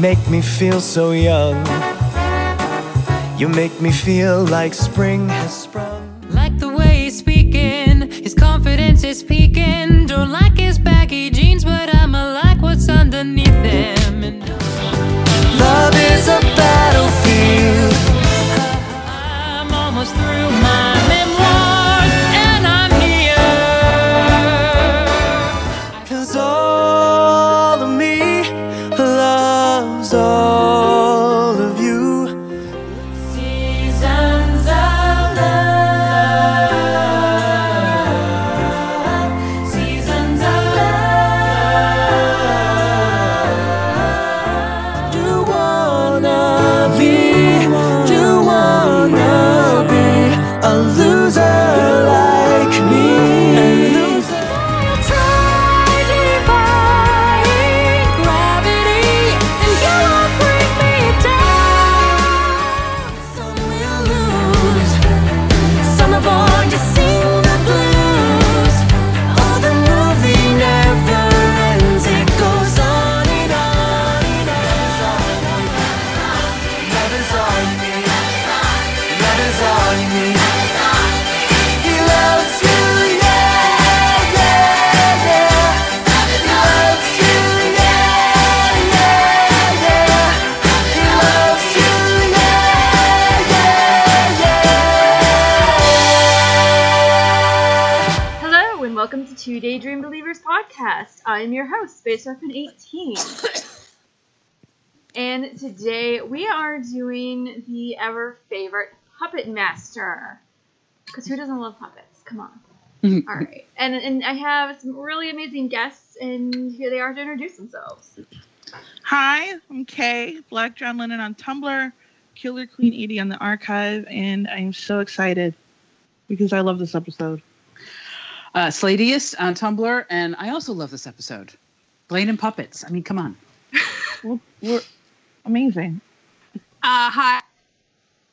make me feel so young. You make me feel like spring has sprung. Like the way he's speaking, his confidence is peaking. Don't like his baggy jeans, but I'ma like what's underneath them. And Love is a battlefield. I'm almost through my memoirs, and I'm here. Cause all of me loves all of you. Seasons of love. Seasons of love. Do you wanna be? Do you wanna be a loser like me? Love is all you need. Love is all you need. He loves you, yeah, yeah, yeah. He loves you, yeah, yeah, yeah. He loves you, yeah, yeah, yeah. Hello, and welcome to Two Daydream Believers podcast. I am your host, Space Weapon 18. and today we are doing the ever favorite Puppet Master. Because who doesn't love puppets? Come on. All right. And, and I have some really amazing guests, and here they are to introduce themselves. Hi, I'm Kay, Black John Lennon on Tumblr, Killer Queen Edie on the archive, and I'm so excited because I love this episode. uh, Sladius on Tumblr, and I also love this episode. Blaine and puppets. I mean, come on. We're, we're amazing. Uh, hi.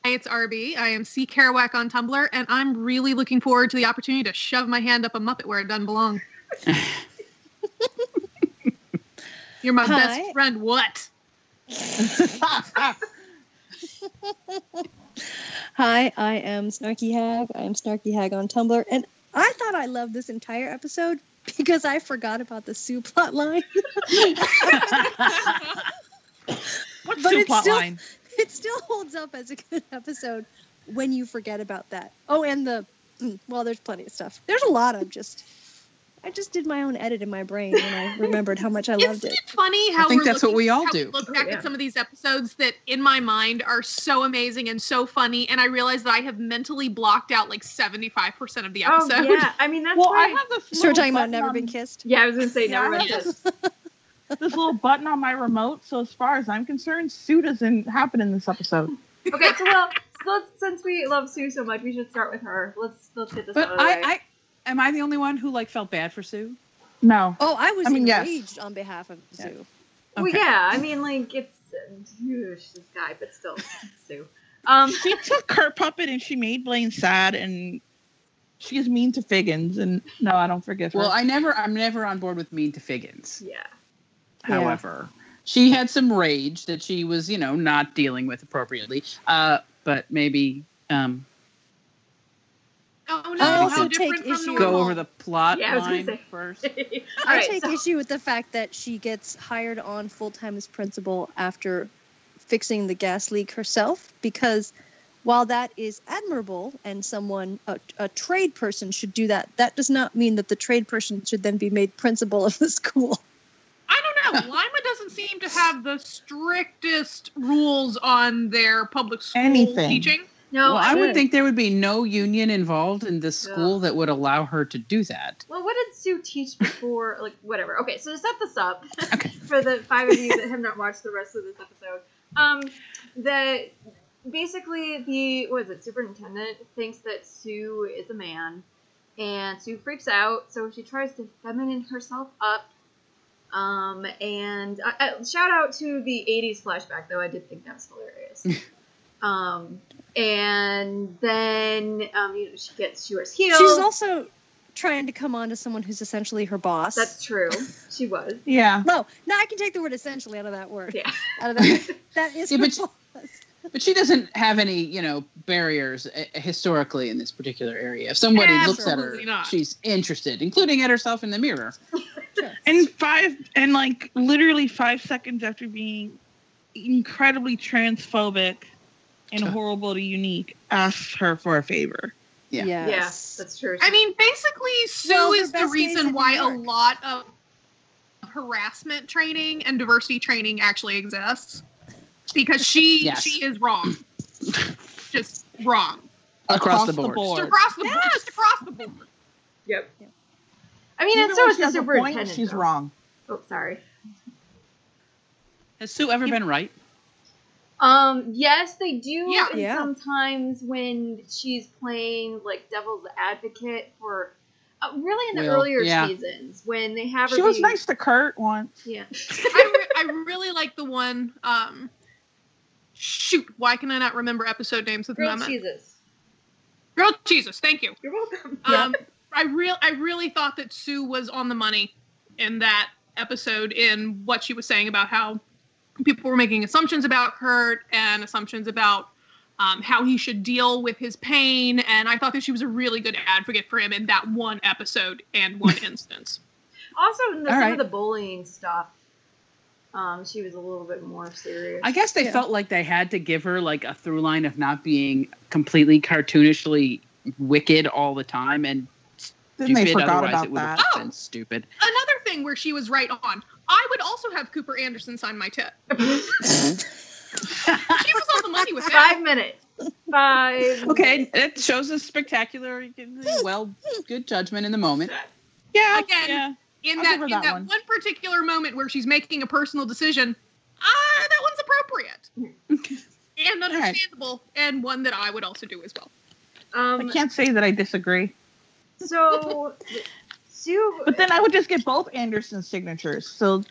Hi, it's Arby. I am C. Kerouac on Tumblr, and I'm really looking forward to the opportunity to shove my hand up a Muppet where it doesn't belong. You're my best friend. What? Hi, I am Snarky Hag. I am Snarky Hag on Tumblr, and I thought I loved this entire episode because I forgot about the Sue plot line. What's But the it's plot still- line? It still holds up as a good episode when you forget about that. Oh, and the mm, well, there's plenty of stuff. There's a lot of just. I just did my own edit in my brain when I remembered how much I loved Isn't it. it funny how I think we're that's what looking- we all how do. Look back yeah. at some of these episodes that, in my mind, are so amazing and so funny, and I realize that I have mentally blocked out like 75% of the episode. Oh, yeah. I mean, that's Well, I why. have this. So we're little talking about button Never on- Been Kissed. yeah, I was going to say, Yeah, never I mind have- this. This little button on my remote. So as far as I'm concerned, Sue doesn't happen in this episode. Okay, so well, so let's, since we love Sue so much, we should start with her. Let's let's get this But out of the way. I, I, am I the only one who like felt bad for Sue? No. Oh, I was I mean, yes. enraged on behalf of Sue. Well, Okay. yeah, I mean, like, it's huge, this guy, but still, Sue. Um, She took her puppet and she made Blaine sad, and she is mean to Figgins. And no, I don't forgive her. Well, I never, I'm never on board with mean to Figgins. yeah. Yeah. However, she had some rage that she was, you know, not dealing with appropriately. Uh, but maybe um, Oh, no. I how also different take from issue- go normal. over the plot Yeah, I was gonna line say. first. All I right, take so- issue with the fact that she gets hired on full time as principal after fixing the gas leak herself because while that is admirable and someone a, a trade person should do that that does not mean that the trade person should then be made principal of the school I don't know. Lima doesn't seem to have the strictest rules on their public school Anything. teaching. no, well, I would would think there would be no union involved in this Yeah. school that would allow her to do that. Well, what did Sue teach before? Like, whatever. Okay, so to set this up Okay. for the five of you that have not watched the rest of this episode, um, the basically the what is it? Superintendent thinks that Sue is a man, and Sue freaks out, so she tries to feminine herself up. Um, and uh, uh, shout out to the '80s flashback, though I did think that was hilarious. um, and then um, you know, she gets she wears heels. she's also trying to come on to someone who's essentially her boss. That's true. She was. Yeah. no, no, I can take the word essentially out of that word. Yeah. Out of that, that is Yeah, her but- boss. But she doesn't have any, you know, barriers uh, historically in this particular area. If somebody looks at her, Absolutely not. she's interested, including at herself in the mirror. And five and like literally five seconds after being incredibly transphobic and Sure. horrible to unique, asks her for a favor. Yeah. Yes. Yeah, that's true. I mean, basically, Sue Well, her is the best days in reason New why a York. lot of harassment training and diversity training actually exists because she Yes. she is wrong, just wrong Across, the board. just across the board, just across the board. Yep. I mean, Even and so when is she the has a point, superintendent. she's though. wrong. Oh, sorry. Has Sue ever been right? Um, yes, they do. Yeah. and Yeah. Sometimes when she's playing like devil's advocate for, uh, really in the Will, earlier yeah. seasons when they have her She was be- nice to Kurt once. Yeah. I, re- I really like the one. Um, shoot, why can I not remember episode names with Grilled Mama? cheeses. Grilled Jesus. Thank you. You're welcome. Um, I real I really thought that Sue was on the money in that episode in what she was saying about how people were making assumptions about Kurt and assumptions about um, how he should deal with his pain. And I thought that she was a really good advocate for him in that one episode and one instance. Also, in the, All some right. of the bullying stuff, um, she was a little bit more serious. I guess they Yeah. felt like they had to give her like a through line of not being completely cartoonishly wicked all the time and Then they stupid. forgot Otherwise, about it would that. have Oh. been stupid. Another thing where she was right on. I would also have Cooper Anderson sign my tip. She was on the money with that. Five minutes. Five. Okay, it shows a spectacular, well, good judgment in the moment. Yeah. Again, yeah. In I'll that, give her in that that, one. one. particular moment where she's making a personal decision, ah, that one's appropriate. and right. understandable, and one that I would also do as well. I Um, can't say that I disagree. so, Sue. But then I would just get both Anderson's signatures, so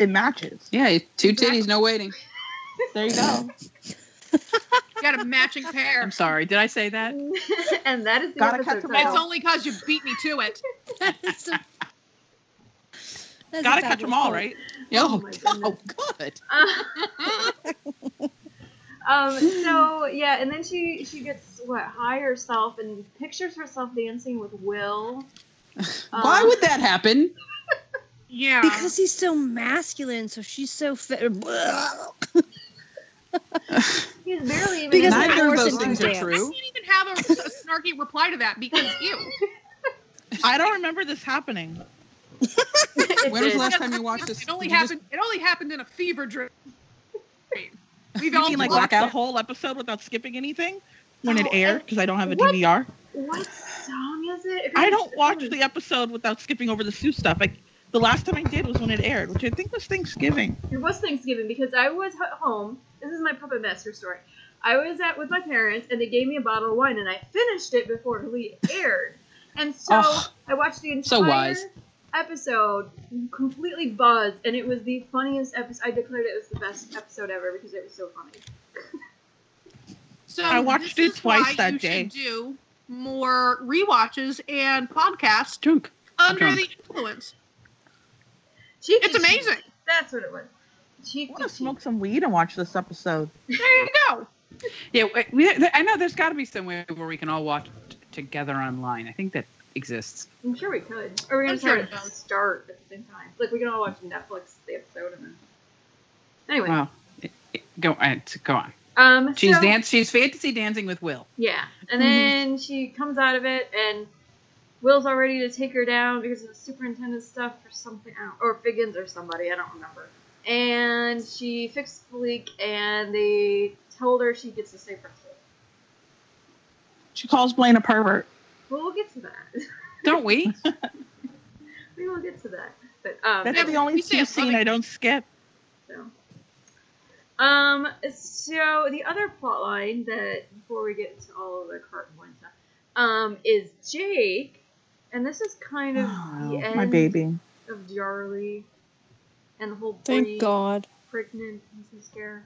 it matches. Yeah, two titties, no waiting. There you go. You got a matching pair. I'm sorry, did I say that? and that is the Gotta cut episode to It's all. title. only because you beat me to it. That is a- that's a Gotta catch them fabulous all, quote. right? Oh, my oh, goodness. Uh, good. um, so yeah, and then she she gets what high herself and pictures herself dancing with Will. Why Um, would that happen? Yeah. Because he's so masculine, so she's so fit. he's barely even in Because the Neither of house. those things are dance. I true. can't even have a, a snarky reply to that because you. I don't remember this happening. It When was did. the last time you watched this? It only Did you just- happened. It only happened in a fever dream. We've all You mean like watch blocked the it. whole episode without skipping anything when it No, aired? and- Because I don't have a What? DVR. What song is it? I don't watch the episode without skipping over the Sue stuff. Like the last time I did was when it aired, which I think was Thanksgiving. It was Thanksgiving because I was at home. This is my puppet master story. I was at with my parents, and they gave me a bottle of wine, and I finished it before it aired. And so Oh, I watched the entire so wise. episode, completely buzzed, and it was the funniest episode. I declared it was the best episode ever because it was so funny. So I watched this it is twice why that you should day. Do more rewatches and podcasts drunk. under drunk. the influence. Cheeky It's cheek. amazing. That's what it was. Cheeky I want to cheek. smoke some weed and watch this episode. There you go. Yeah, we, I know there's got to be some way where we can all watch t- together online. I think that exists. I'm sure we could. Or we're gonna I'm try sure it to does. start at the same time. Like we can all watch Netflix the episode and then. Anyway, Wow. It- it- Go on. Go on. um, She's so- dance. She's fantasy dancing with Will. Yeah, Mm-hmm. and then she comes out of it, and Will's all ready to take her down because of the superintendent stuff or something, I don't- or Figgins or somebody, I don't remember. And she fixed the leak, and they told her she gets to stay for two. She calls Blaine a pervert. Well, we'll get to that. Don't we? we will get to that. But um, That's Yeah, the only we say Sue it, scene Bobby. I don't skip. So. Um, so the other plot line that before we get to all of the carton one stuff, um, is Jake, and this is kind of the end Oh, My baby. of Jarly and the whole Bree Thank God. pregnant Mrs. Scare.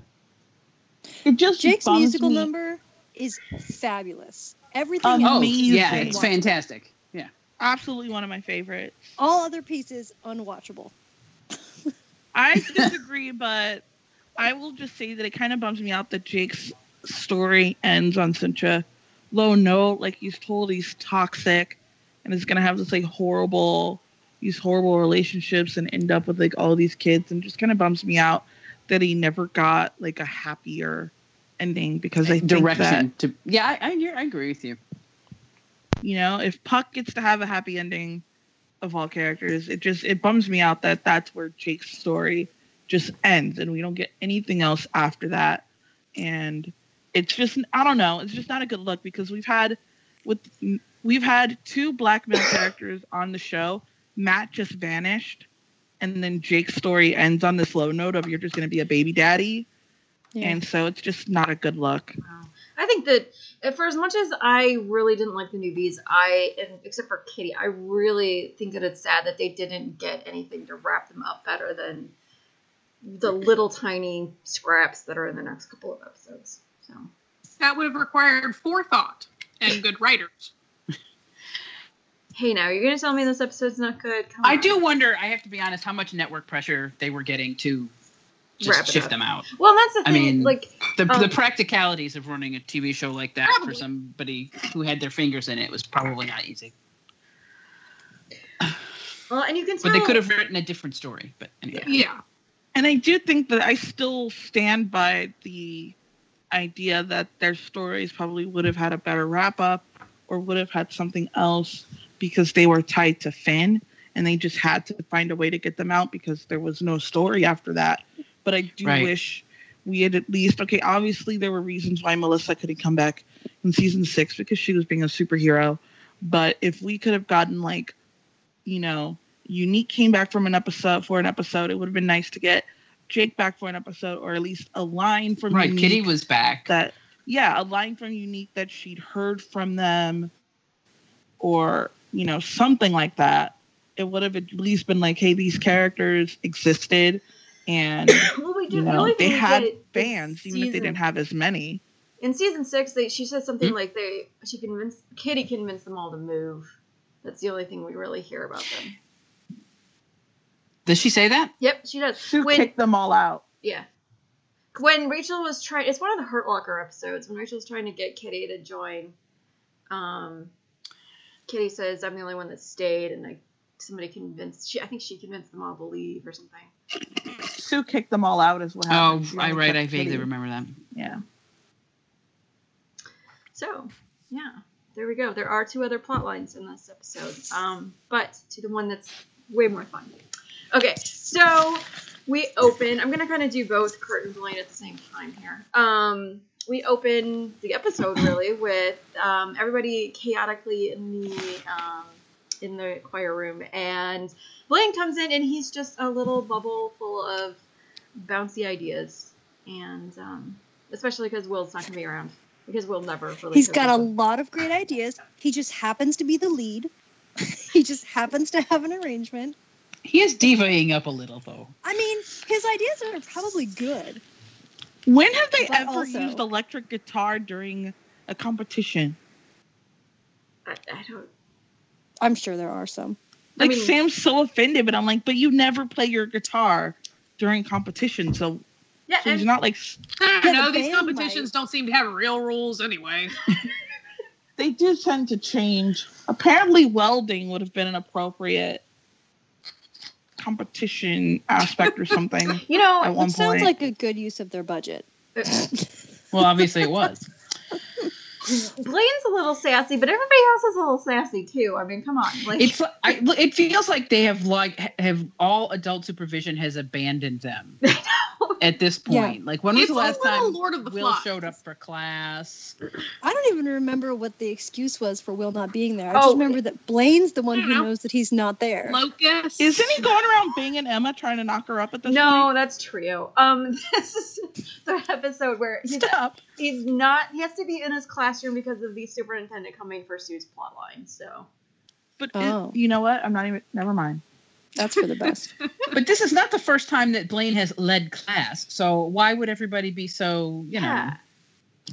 It just Jake's bums musical me. number is fabulous. Everything. Um, in Oh, it- Amazing. yeah. It's fantastic. Yeah. absolutely one of my favorites. All other pieces unwatchable. I disagree, but I will just say that it kind of bums me out that Jake's story ends on such a low note. Like he's told he's toxic and is gonna have this like horrible, these horrible relationships and end up with like all these kids, and just kind of bums me out that he never got like a happier ending because I think that Direction to yeah, I, I, you're- I agree with you. you know if Puck gets to have a happy ending of all characters, it just it bums me out that that's where Jake's story just ends and we don't get anything else after that. And it's just I don't know, it's just not a good look because we've had with we've had two black male characters on the show. Matt just vanished, and then Jake's story ends on this low note of you're just going to be a baby daddy, Yeah. and so it's just not a good look. I think that uh, for as much as I really didn't like the newbies, I and except for Kitty, I really think that it's sad that they didn't get anything to wrap them up better than the little tiny scraps that are in the next couple of episodes. So That would have required forethought and good writers. hey, now you're gonna tell me this episode's not good? Come I on. do wonder. I have to be honest, how much network pressure they were getting to just Wrap it shift up. them out. Well, and that's the I thing. mean- like, The Um, the practicalities of running a TV show like that for Probably. somebody who had their fingers in it was probably not easy. well, and you can tell. But they could have written a different story. But anyway, Yeah. And I do think that I still stand by the idea that their stories probably would have had a better wrap up or would have had something else because they were tied to Finn and they just had to find a way to get them out because there was no story after that. But I do Right. wish we had at least, okay, obviously there were reasons why Melissa couldn't come back in season six because she was being a superhero. But if we could have gotten like, you know, Unique came back from an episode for an episode, it would have been nice to get Jake back for an episode or at least a line from right, Unique Kitty was back. that yeah a line from unique that she'd heard from them or you know something like that it would have at least been like hey these characters existed and well, we you didn't know really they didn't had get the fans even if they season- didn't have as many In season six, they she said something like they she convinced Kitty convinced them all to move. That's the only thing we really hear about them. Did she say that? Yep, she does. Sue When- kicked them all out Yeah. When Rachel was trying, it's one of the Hurt Locker episodes. When Rachel's trying to get Kitty to join, um, Kitty says, "I'm the only one that stayed," and like somebody convinced she. I think she convinced them all to leave or something. Sue kicked them all out as what Oh, happened. She I only right, Uh, kept I vaguely Kitty. remember that. yeah So, yeah, there we go. There are two other plot lines in this episode, um, but to the one that's way more fun. Okay, so we open. I'm gonna kind of do both Kurt and Blaine at the same time here. Um, we open the episode really with um, everybody chaotically in the um, in the choir room, and Blaine comes in and he's just a little bubble full of bouncy ideas, and um, especially because Will's not gonna be around. Because Will never. Really He's got a shows up. lot of great ideas. He just happens to be the lead. he just happens to have an arrangement. He is divaing up a little though. I mean, his ideas are probably good. when have they But ever also- used electric guitar during a competition I, I don't. I'm sure there are some. like mean- sam's so offended but i'm like but you never play your guitar during competition so Yeah, So he's and not like s- I Yeah, don't know. the These band competitions don't seem to have real rules anyway. they do tend to change. Apparently, welding would have been an appropriate competition aspect or something. you know, At one Which sounds point, like a good use of their budget. Well, obviously it was. Blaine's a little sassy, but everybody else is a little sassy too. I mean, come on, like It's I, look, it feels like they have like have all adult supervision has abandoned them at this point. Like when was It's the last a little time Lord of the Will Flies. showed up for class? I don't even remember what the excuse was for Will not being there. I just Oh. remember that Blaine's the I one don't who know. knows that he's not there. Locust. isn't he going around banging Emma trying to knock her up at this? no, that's trio. Um, this is the episode where point? he's, stop. he's not. He has to be in his classroom because of the superintendent coming for Sue's plotline. So But it- Oh. you know what? I'm not even. Never mind. That's for the best. But this is not the first time that Blaine has led class. So why would everybody be so you know? yeah,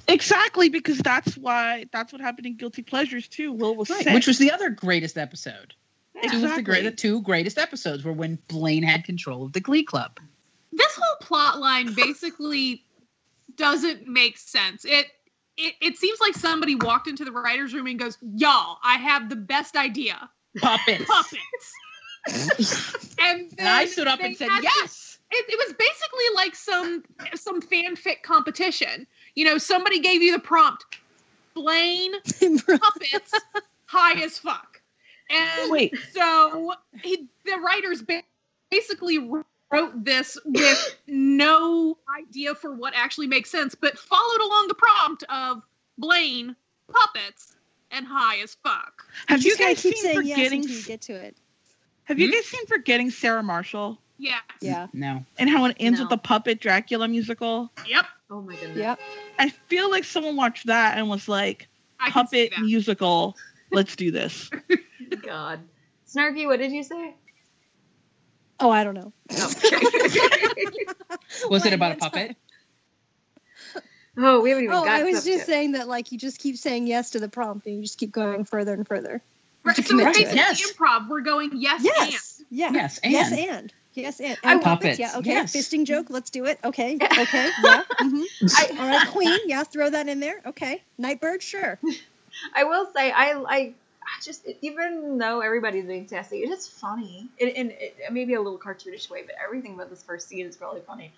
Exactly, because that's why that's what happened in Guilty Pleasures too. Will was Right, sick. which was the other greatest episode. Two of the, great, the Exactly. two greatest episodes were when Blaine had control of the Glee Club. this whole plot line basically doesn't make sense. It, it it seems like somebody walked into the writers' room and goes, "Y'all, I have the best idea: Puppets. puppets." and, And I then stood up they and said, had to- yes. it, it was basically like some some fanfic competition. You know, somebody gave you the prompt, Blaine puppets high as fuck, and Wait, so he, the writers ba- basically wrote this with no idea for what actually makes sense, but followed along the prompt of Blaine puppets and high as fuck. have you Just gotta guys seen forgetting? yes until you get to it. have you Hmm? guys seen forgetting Sarah Marshall Yeah. Yeah. No. and how it ends No. with the puppet Dracula musical? Yep. Oh my goodness. Yep. I feel like someone watched that and was like, I can see puppet musical. Let's do this. God. Snarky, what did you say? Oh, I don't know. Was it Wait, about a what's up? puppet? oh, we haven't even Oh, got I was stuff just yet. saying that like you just keep saying yes to the prompt and you just keep going further and further. Right, To so connect it's it. basically Yes. improv. We're going yes, yes. Yes. Yeah. Yes, and. Yes, and. Yes, and. I- And puppets. Puppets, Yeah. Okay. yes. Fisting joke. Let's do it. Okay. Okay. Yeah. hmm I- All right. Queen. Yeah. Throw that in there. Okay. Nightbird. Sure. I will say I I I just even though everybody's being sassy, it is funny. It, in it, maybe a little cartoonish way, but everything about this first scene is really funny.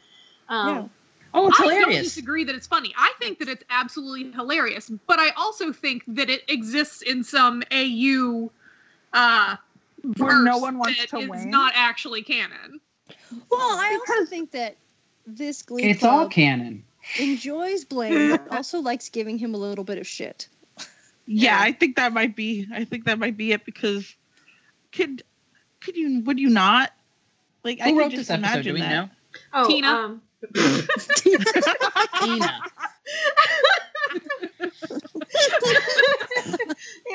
Um, Oh, it's I don't hilarious. disagree that it's funny. I think that it's absolutely hilarious, but I also think that it exists in some AU uh Where no verse one wants that to is win? not actually canon. Well, I also think that this Glee It's all Club canon. enjoys Blaine, but also likes giving him a little bit of shit. Yeah, I think that might be. I think that might be it because could could you would you not like I Who could wrote just this episode? Do imagine we that. know? oh, Tina? um, Tina. it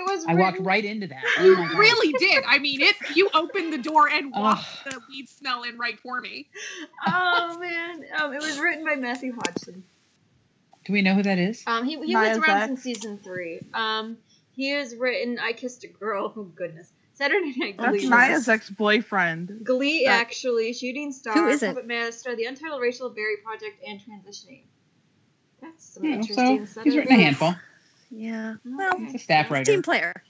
was. I walked written- right into that. Oh You my God. really did. I mean, it. You opened the door and walked Ugh. the weed smell in right for me. Oh man, um, it was written by Matthew Hodgson. Do we know who that is? Um, he he Nia was around Zax. since season three. Um, he has written "I Kissed a Girl." Oh goodness, Saturday Night That's Glee. Nia's ex boyfriend. Glee, That- actually, Shooting Star, Who isn't? Puppet Master, The Untitled Rachel Berry Project, and Transitioning. That's some Yeah, interesting Hmm, so stuff. he's written a handful. Yeah. He's a staff Team writer. player.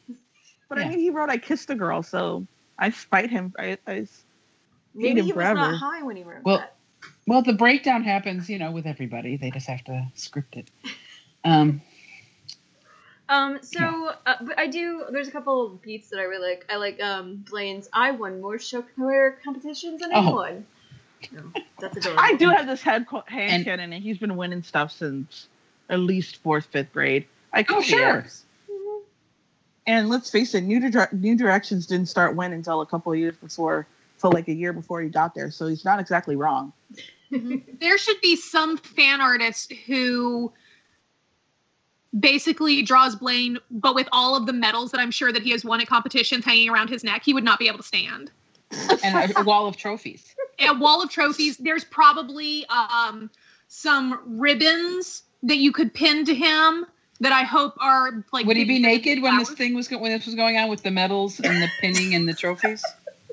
But Yeah. I mean, he wrote "I Kissed a Girl," so I spite him. I, I Maybe him he was forever. not high when he wrote Well, that. Well, the breakdown happens, you know, with everybody. They just have to script it. Um, Um, so, uh, but I do. There's a couple beats that I really like. I like um Blaine's "I won more choir competitions than Oh. anyone." No, Oh, that's adorable. I do have this head co- hand And- cannon, and he's been winning stuff since at least fourth, fifth grade. I could Oh, see it. sure. And let's face it, New, Dir- New Directions didn't start winning until a couple of years before, till like a year before he got there. So he's not exactly wrong. There should be some fan artist who basically draws Blaine, but with all of the medals that I'm sure that he has won at competitions hanging around his neck, he would not be able to stand. and a, a wall of trophies. a wall of trophies. There's probably um, some ribbons that you could pin to him that I hope are like. Would he be big naked when this flowers. thing was go- when this was going on with the medals and the pinning and the trophies?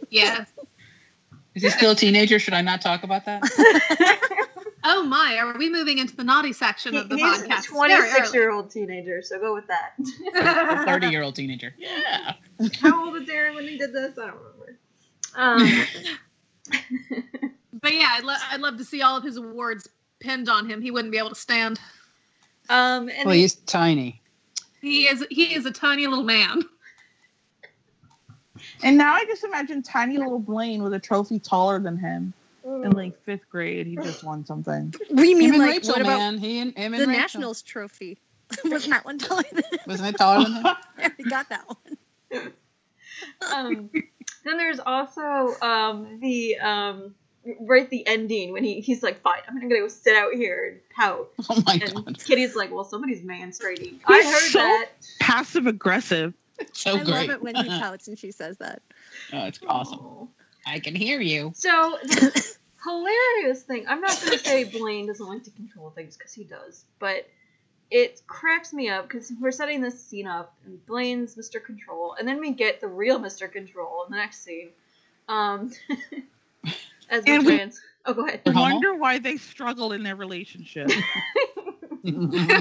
Yes. Is he still a teenager? Should I not talk about that? Oh my! Are we moving into the naughty section He- of the he's podcast? a It's very 26 early. year old teenager, so go with that. A thirty-year-old teenager. Yeah. How old was Darren when he did this? I don't remember. Um, But yeah, I'd, lo- I'd love to see all of his awards pinned on him. He wouldn't be able to stand. um, and Well, the- he's tiny. He is he is a tiny little man. And now I just imagine tiny little Blaine with a trophy taller than him in like fifth grade. He just won something. We mean him and like Rachel, what about man. he and him and the Rachel. Nationals trophy? Wasn't that one taller than Wasn't it taller than him? We got that one. um, then there's also um, the um, right the ending when he, he's like, "Fine, I'm gonna go sit out here and pout," Oh my and god. Kitty's like, "Well, somebody's manspreading." I He's heard so- that. Passive aggressive. So I great. love it when he pouts and she says that. oh, it's awesome. I can hear you. So the hilarious thing. I'm not gonna say Blaine doesn't like to control things because he does, but it cracks me up because we're setting this scene up, and Blaine's Mr. Control, and then we get the real Mr. Control in the next scene. Um, as the And we- trans. Oh, go ahead. I Uh-huh. wonder why they struggle in their relationship.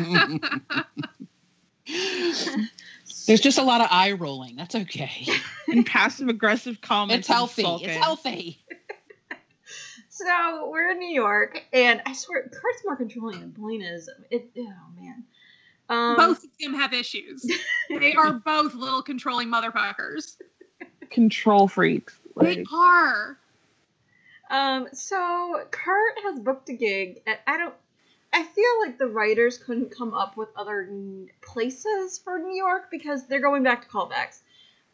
There's just a lot of eye rolling. That's okay. and passive aggressive comments. It's and healthy. It's sulking. healthy. So we're in New York, and I swear, Kurt's more controlling than Blaine is. It, oh man. Um, both of them have issues. they are both little controlling motherfuckers. Control freaks. They Like, are. Um, so Kurt has booked a gig at I don't I feel like the writers couldn't come up with other n- places for New York because they're going back to callbacks.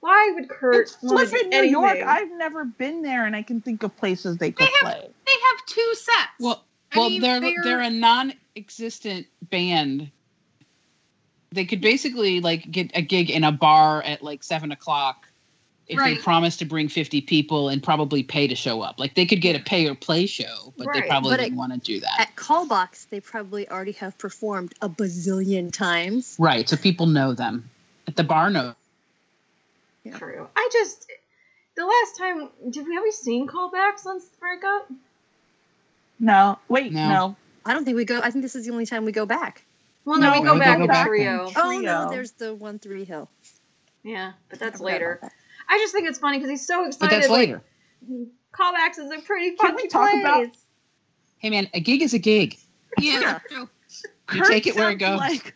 Why would Kurt it's wanna do flipping New York. anything? I've never been there, and I can think of places they could They have- play. They have two sets. Well, I well, mean, they're, they're- they're a non-existent band. They could basically like get a gig in a bar at like seven o'clock if Right. they promise to bring fifty people and probably pay to show up. Like they could get a pay or play show, but Right. they probably But didn't it- want to do that. At Callbox, they probably already have performed a bazillion times. right, so people know them at the bar. No, True. I just the last time did we have we seen callbacks since the breakup? No, wait, No. no. I don't think we go. I think this is the only time we go back. Well, no, No, we go we back go to back trio. Oh no, Trio. there's the one three hill. Yeah, but I that's forgot about later. that. I just think it's funny because he's so but excited. that's like, later. Callbacks is a pretty Can funky we talk place. about- Hey man, a gig is a gig. yeah, Yeah. true. You take it where it sounds goes. Like,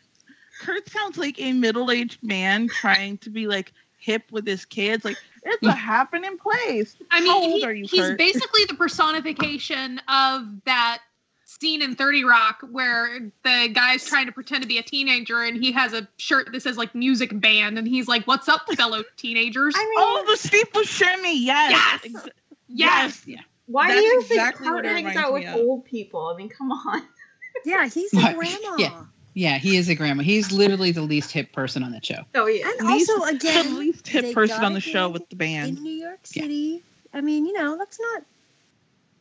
Kurt sounds like a middle-aged man trying to be like hip with his kids. Like it's Mm. a happening place. I mean, How old he- are you, he's Kurt? basically the personification of that scene in 30 Rock where the guy's trying to pretend to be a teenager and he has a shirt that says like music band and he's like, What's up, fellow teenagers? I mean, Oh, the steeple shimmy. Yes. Yes! Ex- yes. Yeah. Why do That's you think exactly Kurt what it hangs reminds out me with of. old people? I mean, come on. Yeah, he's a Right. grandma. Yeah. Yeah, he is a grandma. He's literally the least hip person on the show. Oh yeah. And Least- also the again least hip they person gotta on the show get with the in band. New York Yeah. City. I mean, you know, that's not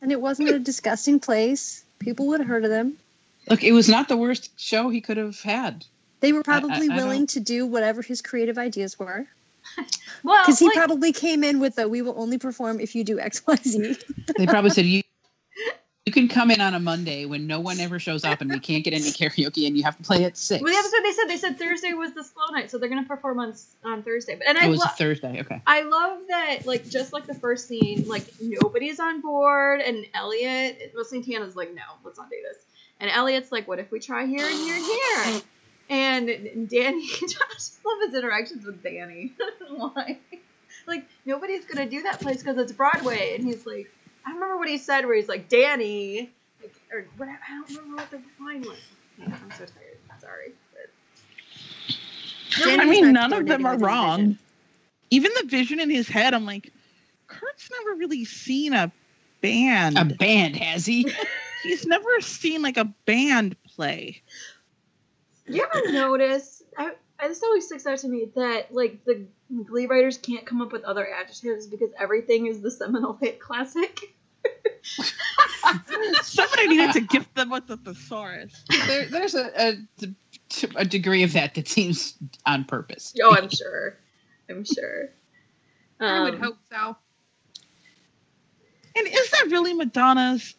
and it wasn't a disgusting place. People would have heard of them. Look, it was not the worst show he could have had. They were probably I- I willing to do whatever his creative ideas were. Well, Because Oh, he like, probably came in with the we will only perform if you do XYZ. They probably said you you can come in on a Monday when no one ever shows up and we can't get any karaoke and you have to play at six. well, that's what they said. They said Thursday was the slow night, so they're gonna perform on s- on Thursday. But and I it was lo- a Thursday. Okay. I love that like just like the first scene, like nobody's on board, and Elliot, well, Santana's like, no, let's not do this. And Elliot's like, what if we try here and here and here? And Danny, I just love his interactions with Danny. Why? Like nobody's gonna do that place because it's Broadway, and he's like, I don't remember what he said where he's like, Danny, like, or what? I don't remember what the line was. Yeah, I'm so tired. Sorry. But- Danny's I mean, not none of them coordinating are with his wrong. vision. Even the vision in his head, I'm like, Kurt's never really seen a band. A band, has he? He's never seen like a band play. You ever notice? I, I this always sticks out to me that like the Glee writers can't come up with other adjectives because everything is the seminal hit classic. Somebody needed to gift them with a thesaurus. There, there's a, a a degree of that that seems on purpose. Oh, I'm sure. I'm sure. I would Um, hope so. And is that really Madonna's?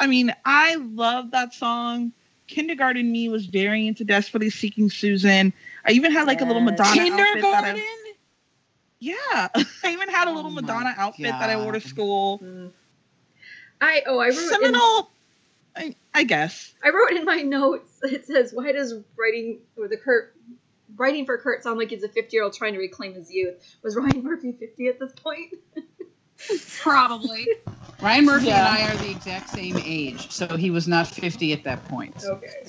I mean, I love that song. Kindergarten me was very into Desperately Seeking Susan. I even had like a little Yes. Madonna outfit that Kindergarten. I, yeah, I even had a little Oh my Madonna outfit that I wore to God. school. mm. I oh I wrote in, Seminole, I, I guess. I wrote in my notes. It says why does writing or the Kurt writing for Kurt sound like he's a 50 year old trying to reclaim his youth? Was Ryan Murphy 50 at this point? Probably. Ryan Murphy Yeah. and I are the exact same age, so he was not 50 at that point. Okay.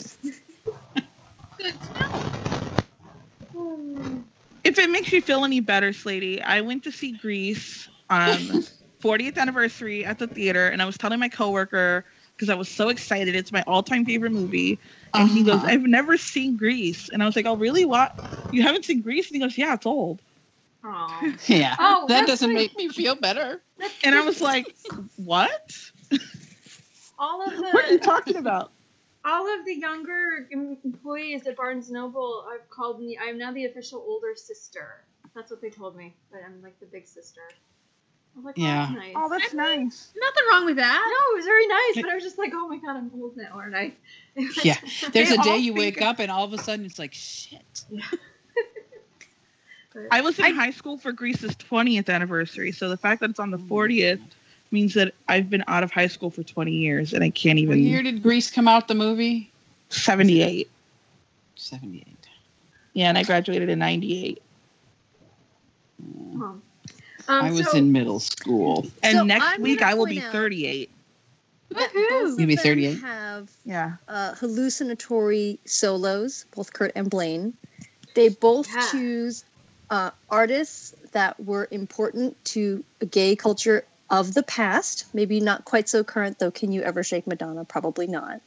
If it makes you feel any better, Slady, I went to see Grease um, 40th anniversary at the theater, and I was telling my coworker because I was so excited. It's my all-time favorite movie, and he goes, Uh-huh. "I've never seen Grease," and I was like, "Oh, really? What? You haven't seen Grease?" And he goes, "Yeah, it's old." Aw. Yeah. Oh, that that's doesn't right. make me feel better. And I was like, "What? All of the What are you talking about?" all of the younger employees at Barnes Noble have called me. I'm now the official older sister. That's what they told me. But I'm like the big sister. I was like, Yeah. oh, that's nice. Oh, that's nice. Nothing wrong with that. no, it was very nice, but I was just like, oh my god, I'm old now, aren't I? Yeah. There's They a day all you think- wake up and all of a sudden it's like shit. I was in high school for Greece's 20th anniversary, so the fact that it's on the 40th means that I've been out of high school for 20 years and I can't What even. year did Grease come out? The movie 78. seventy-eight. Yeah, and I graduated in 98. Um, um, I was so- in middle school. And So next I'm week gonna I will point be out- 38. that Woohoo! both of Maybe them 38. Have Yeah. uh, hallucinatory solos, both Kurt and Blaine. They both Yeah. choose uh, artists that were important to a gay culture of the past. Maybe not quite so current, though. Can you ever shake Madonna? Probably not.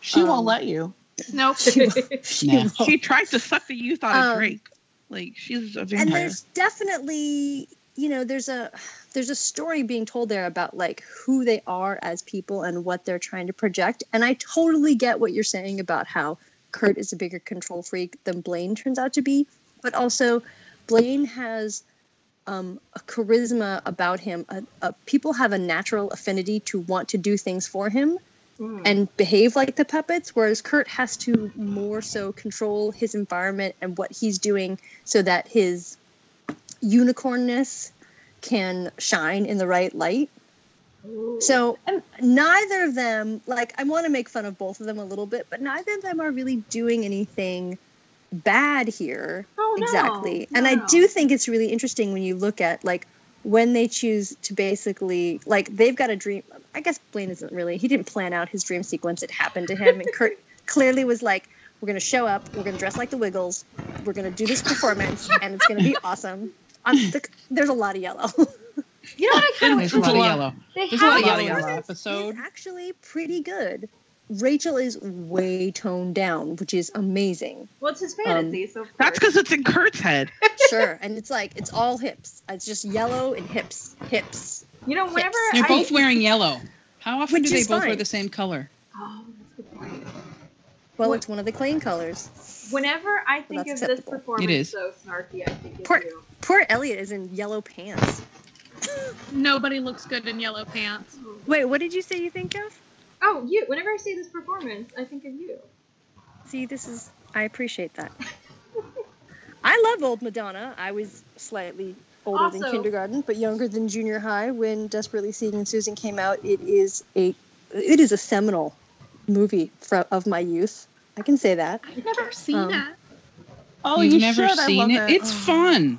She Um, won't let you. Nope. Nah. She tried to suck the youth out of Um, Drake. Like, she's a and vampire. there's definitely you know there's a there's a story being told there about like who they are as people and what they're trying to project and i totally get what you're saying about how kurt is a bigger control freak than blaine turns out to be but also blaine has um, a charisma about him a, a, people have a natural affinity to want to do things for him Mm. and behave like the puppets, whereas Kurt has to more so control his environment and what he's doing so that his unicornness can shine in the right light. Ooh. So neither of them, like, I want to make fun of both of them a little bit, but neither of them are really doing anything bad here Oh, no, exactly and i no. do think it's really interesting when you look at like when they choose to basically like they've got a dream i guess blaine isn't really he didn't plan out his dream sequence it happened to him and kurt clearly was like we're going to show up we're going to dress like the wiggles we're going to do this performance and it's going to be awesome on the, there's a lot of yellow You know what I kind There's a lot of yellow. They There's a have lot of those yellow in this moments. episode. is actually pretty good rachel is way toned down which is amazing Well, it's his Um, fantasy, so of That's course. because it's in Kurt's head. sure and it's like it's all hips it's just yellow and hips hips you know whenever They're I, both wearing yellow. How often Which do they is both wear fine. the same color? Oh, that's a good point. Well, What- it's one of the Clayne colors. Whenever I think that's of this acceptable. performance, It is. so snarky, I think of Poor- you. Poor Elliot is in yellow pants. Nobody looks good in yellow pants. Wait, what did you say you think of? Oh, you. Whenever I see this performance, I think of you. See, this is I appreciate that. I love old Madonna. I was slightly older Also- than kindergarten, but younger than junior high when Desperately Seeking Susan came out. It is a it is a seminal movie fro of my youth. I can say that. I've never seen Um, that. Oh, You've never seen it. It's fun.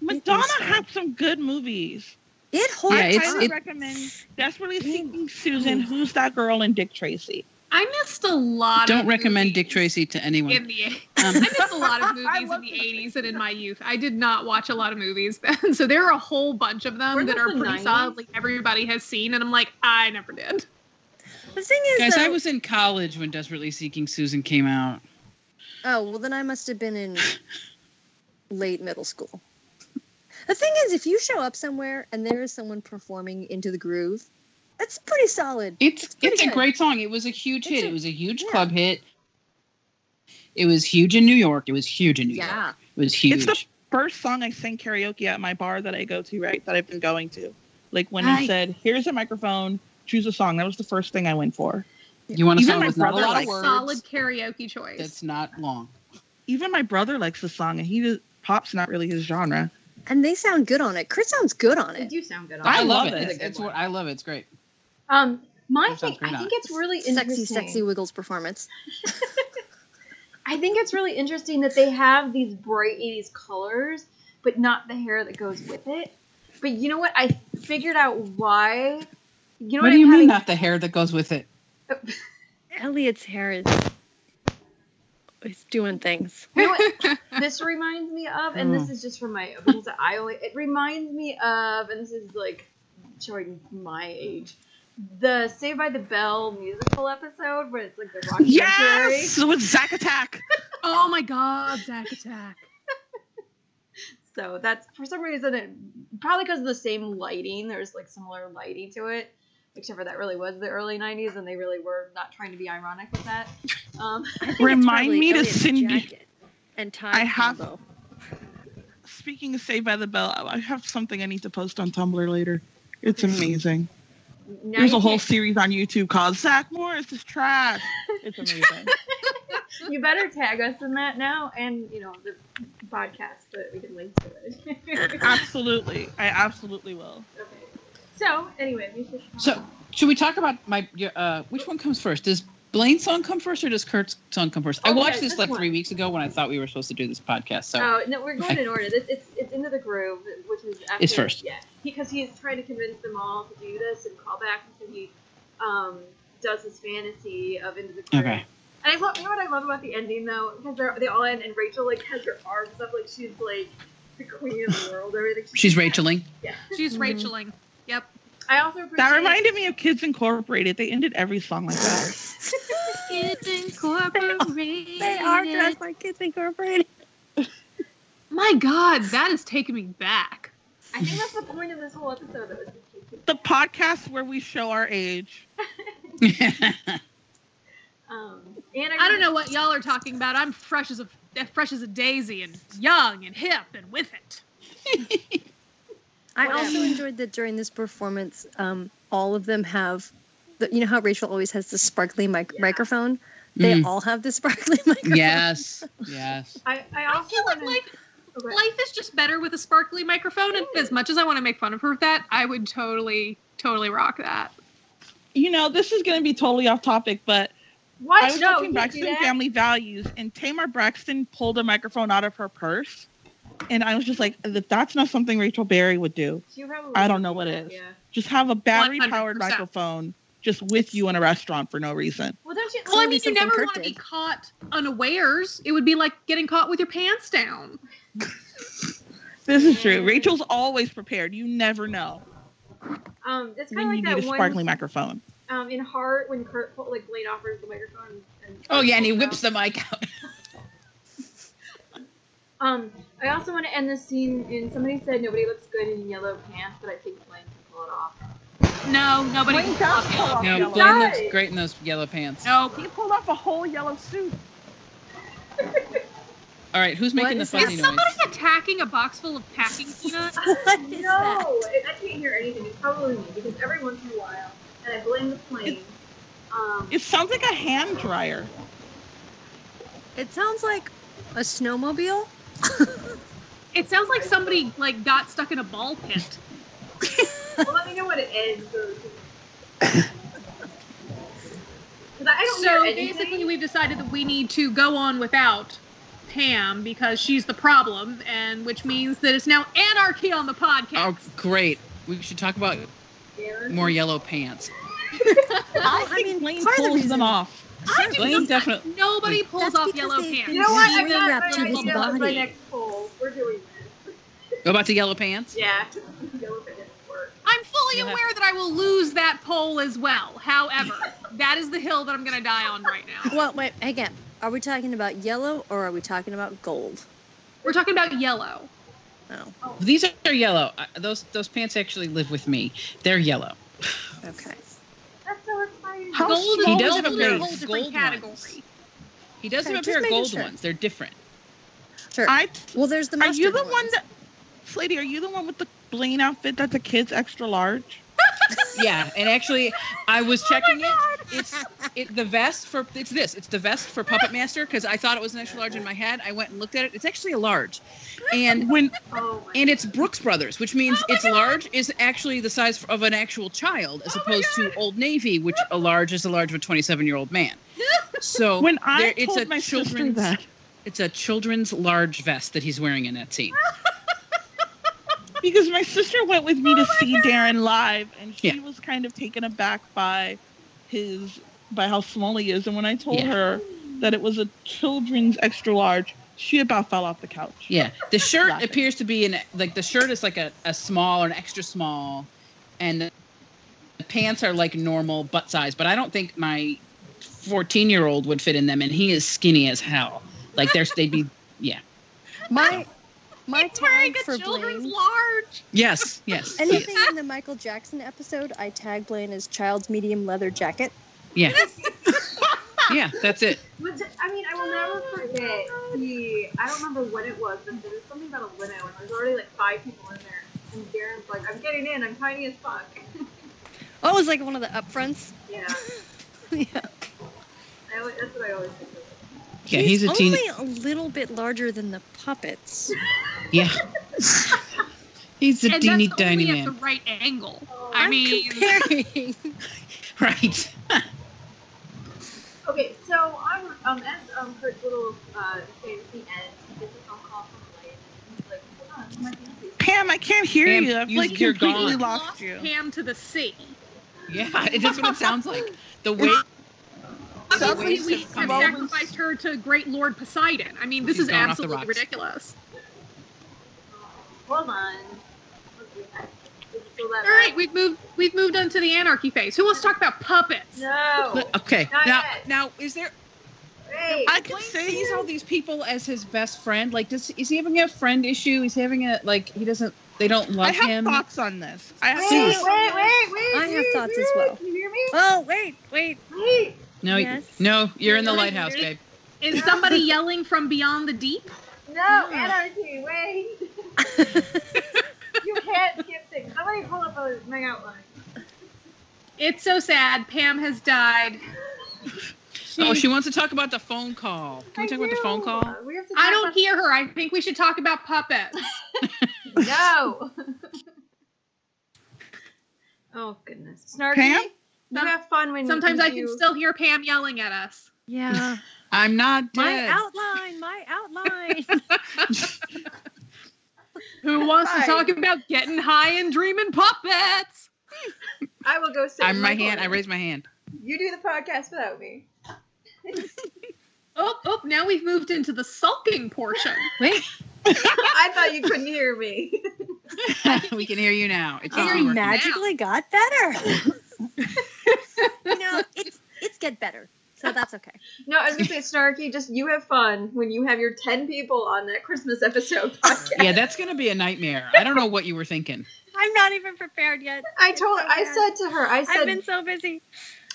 Madonna It is had some good movies. It holds Yeah, it's- I up. would it- recommend Mm. Desperately Seeking Susan, Who's That Girl, and Dick Tracy. I missed a lot. Don't of recommend Dick movies Tracy to In anyone. the Um, I missed a lot of I movies in love the Dick '80s and in my youth. I did not watch a lot of movies then, so there are a whole bunch of them Weren't that those are the pretty 90s? solidly everybody has seen, and I'm like, I never did. the thing is Guys, though, I was in college when Desperately Seeking Susan came out. Oh, well, then I must have been in late middle school. The thing is, if you show up somewhere and there is someone performing into the groove, that's pretty solid. It's pretty it's a good. great song. It was a huge It's hit. a- It was a huge yeah. club hit. It was huge in New York. It was huge in New York. Yeah. It was huge. It's the first song I sang karaoke at my bar that I go to, right? That I've been going to. Like when Hi. he said, "Here's a microphone, choose a song." That was the first thing I went for. you want to Even song my with not a brother lot of likes- words. Solid karaoke choice. That's not long. Even my brother likes the song, and he does, pop's not really his genre. And they sound good on it. Kurt sounds good on They it. do sound good. on I, I it. love love it. it. It's a It's, good it's one. what I love. It. It's great. Um, my That sounds thing. great I on think it. it's really Sexy, interesting. sexy Wiggles performance. I think it's really interesting that they have these bright 80s colors, but not the hair that goes with it. But you know what? I figured out why. You know what what, do I'm you mean, having? not the hair that goes with it? Elliot's hair is, is doing things. You know what this reminds me of, and Hmm. this is just from my because I only it reminds me of, and this is like showing my age. The Saved by the Bell musical episode where it's like the rock Yes, with Zack Attack. oh my God, Zack Attack. So that's for some reason it probably because of the same lighting. There's like similar lighting to it. except for that really was the early 90s and they really were not trying to be ironic with that um, I think it's Remind probably me to Elliot's Cindy. jacket And tie I have- combo. Speaking of Saved by the Bell, I have something I need to post on Tumblr later. It's amazing. now There's you a whole can't- series on YouTube called Zach Morris is trash. It's amazing. you better tag us in that now and you know the podcast that we can link to it absolutely. I absolutely will. okay so anyway we should So, should we talk about my? your- Uh, which one comes first? Does Blaine's song come first, or does Kurt's song come first? I Oh, watched yeah, this, this like one. three weeks ago when I thought we were supposed to do this podcast. So, Oh no, we're going in order. This it's it's into the groove, which is after, It's first. Yeah, because he's trying to convince them all to do this and call back, and so he um, does his fantasy of into the groove. Okay. And I love you know what I love about the ending though, because they're they all end and Rachel like has her arms up like she's like the queen of the world. Everything. she's Racheling. She's Mhm. Racheling. Yep. I also appreciate That reminded me of Kids Incorporated. They ended every song like that. Kids Incorporated. They are dressed like Kids Incorporated. My God, that is taking me back. I think that's the point of this whole episode. That was the key. The podcast where we show our age. Um, and I don't know what y'all are talking about. I'm fresh as a fresh as a daisy and young and hip and with it. I Whatever. also enjoyed that during this performance, um, all of them have, the, you know how Rachel always has the sparkly mic- Yeah. microphone. They Mm. all have the sparkly microphone. yes, yes. I, I I also feel like wanna- life, oh, go ahead. life is just better with a sparkly microphone. And as much as I want to make fun of her for that, I would totally, totally rock that. You know, this is going to be totally off topic, but What? I was no, you watching can't do Braxton that. Family Values, and Tamar Braxton pulled a microphone out of her purse, and I was just like, "That- "That's not something Rachel Berry would do. You probably I don't know what it is. Yeah. Just have a battery-powered 100%. microphone just with you in a restaurant for no reason." Well, don't you? Well, I Maybe mean, you something never Kurt want to be did. caught unawares. It would be like getting caught with your pants down. This is true. Mm. Rachel's always prepared. You never know Um, it's when kind of you like need that a one sparkling microphone. um, in Heart when Kurt pull- like Blaine offers the microphone. And, Oh yeah, and he whips the mic out. Um, I also want to end this scene. And somebody said nobody looks good in yellow pants, but I think Blaine can pull it off. No, nobody. Blaine does pull off No, yellow. Blaine Guys. looks great in those yellow pants. No, He pulled off a whole yellow suit. All right, who's making the is funny is noise? somebody attacking a box full of packing peanuts? What is no, that? I- I can't hear anything. It's probably me because every once in a while, and I blame the plane. Um, It sounds like a hand dryer. It sounds like a snowmobile. It sounds like somebody like got stuck in a ball pit. well, let me know what it is. so- 'Cause I don't so hear anything. basically, we've decided that we need to go on without Pam because she's the problem, and which means that it's now anarchy on the Oh, podcast. great. We should talk about Yeah. more yellow pants. I think mean, Blaine part of the pulls reason- them off. I do Blaine not. definitely. Nobody pulls That's off because yellow they- pants. You know what? I've Really got wrapped my to his idea of my body. next poll. We're doing this. Go about the yellow pants. Yeah. Yellow pants work. I'm fully You'll have- aware that I will lose that poll as well. However, that is the hill that I'm going to die on right now. Well, wait, again, are we talking about yellow or are we talking about gold? We're talking about yellow. Oh, These are yellow. I- Those those pants actually live with me. They're yellow. okay. That's so exciting. How Gold is small He does have gold a is a base. whole different Gold ones. category. He does have Okay, a just pair of making gold sure. ones. They're different. Sure. I well, there's the Are you mustard the one ones. that, Slady? Are you the one with the Blaine outfit that's a kid's extra large? Yeah, and actually, I Oh was checking it. It's it the vest for it's this. It's the vest for Puppet Master because I thought it was an extra large in my head. I went and looked at it. It's actually a large, and when Oh my and it's Brooks Brothers, which means Oh my it's God. large is actually the size of an actual child, as Oh my opposed to Old Navy, which a large is a large of a 27 year old man. So When I there- it's told a my sister children's- that, it's a children's large vest that he's wearing in that scene. because my sister went with me to see Darren live, and she Oh Yeah. was kind of taken aback by his by how small he is. And when I told Yeah. her that it was a children's extra large, she about fell off the couch. Yeah, the shirt Laughing. appears to be an like the shirt is like a, a small or an extra small, and the pants are like normal butt size. But I don't think my fourteen year old would fit in them, and he is skinny as hell. Like there's they'd be My My He's wearing tag a for children's Blaine. large. Yes, yes. Anything in the Michael Jackson episode, I tag Blaine as child's medium leather jacket. Yeah. yeah, that's it. But th- I mean, I will Oh never forget the. I don't remember what it was, but there was something about a limo, and there's already like five people in there. And Darren's like, "I'm getting in. I'm tiny as fuck." Oh, it was like one of the upfronts. yeah, yeah. I, always- that's what I always think of. it. Yeah, he's, a teen. Only a little bit larger than the puppets. Yeah. he's a and teeny that's only tiny at the man. right angle. Oh, I mean, Comparing. Right. Okay, so on um, as um, Kurt's little uh, fantasy ends, he gets a phone call from Blaine, and he's like, "Hold on, my fantasy." Pam, I can't hear Pam, you. I've you- like you're completely gone. lost you. Pam to the sea. Yeah, that's what it sounds like. The way I So mean, waves we have have come over. sacrificed her to great Lord Poseidon. I mean, this She's is gone off the absolutely rocks. ridiculous. Hold on. Let's see, I- Is it still that All right, bad? we've moved we've moved on to the anarchy phase. Who wants to talk about puppets? No. Okay. Not Now yet. now is there Wait. I can Blaine say sees all these people as his best friend. Like, does is he having a friend issue? He's having a like he doesn't. They don't I love have him. thoughts on this. I have Wait, see. wait, thoughts. wait, wait. I have wait, thoughts wait, as well. Can you hear me? Oh, wait, wait. Wait. No, y- Yes. no, you're in the You're right, lighthouse, you're- babe. Is somebody yelling from beyond the deep? No, anarchy, wait. you can't skip things. Somebody pull up a, my outline. It's so sad. Pam has died. Oh, she wants to talk about the phone call. Can we I talk about the do. phone call? We have to I talk don't hear her. I think we should talk about puppets. about- No. oh, goodness. Snarky, Pam? you have fun when Sometimes you I can do- still hear Pam yelling at us. Yeah. I'm not my dead. outline, my outline. Who wants Hi. to talk about getting high and dreaming puppets? I will go sit I'm in my hand. I corner. raise my hand. You do the podcast without me. Oh, oh, now we've moved into the sulking portion. wait, I thought you couldn't hear me. we can hear you now. It's Oh, all you're working. mad. magically got better. you know, it's it's get better. So that's okay. No, I was gonna say Snarky. Just you have fun when you have your ten people on that Christmas episode podcast. Yeah, that's gonna be a nightmare. I don't know what you were thinking. I'm not even prepared yet. I told. I said to her. I said, I've been so busy.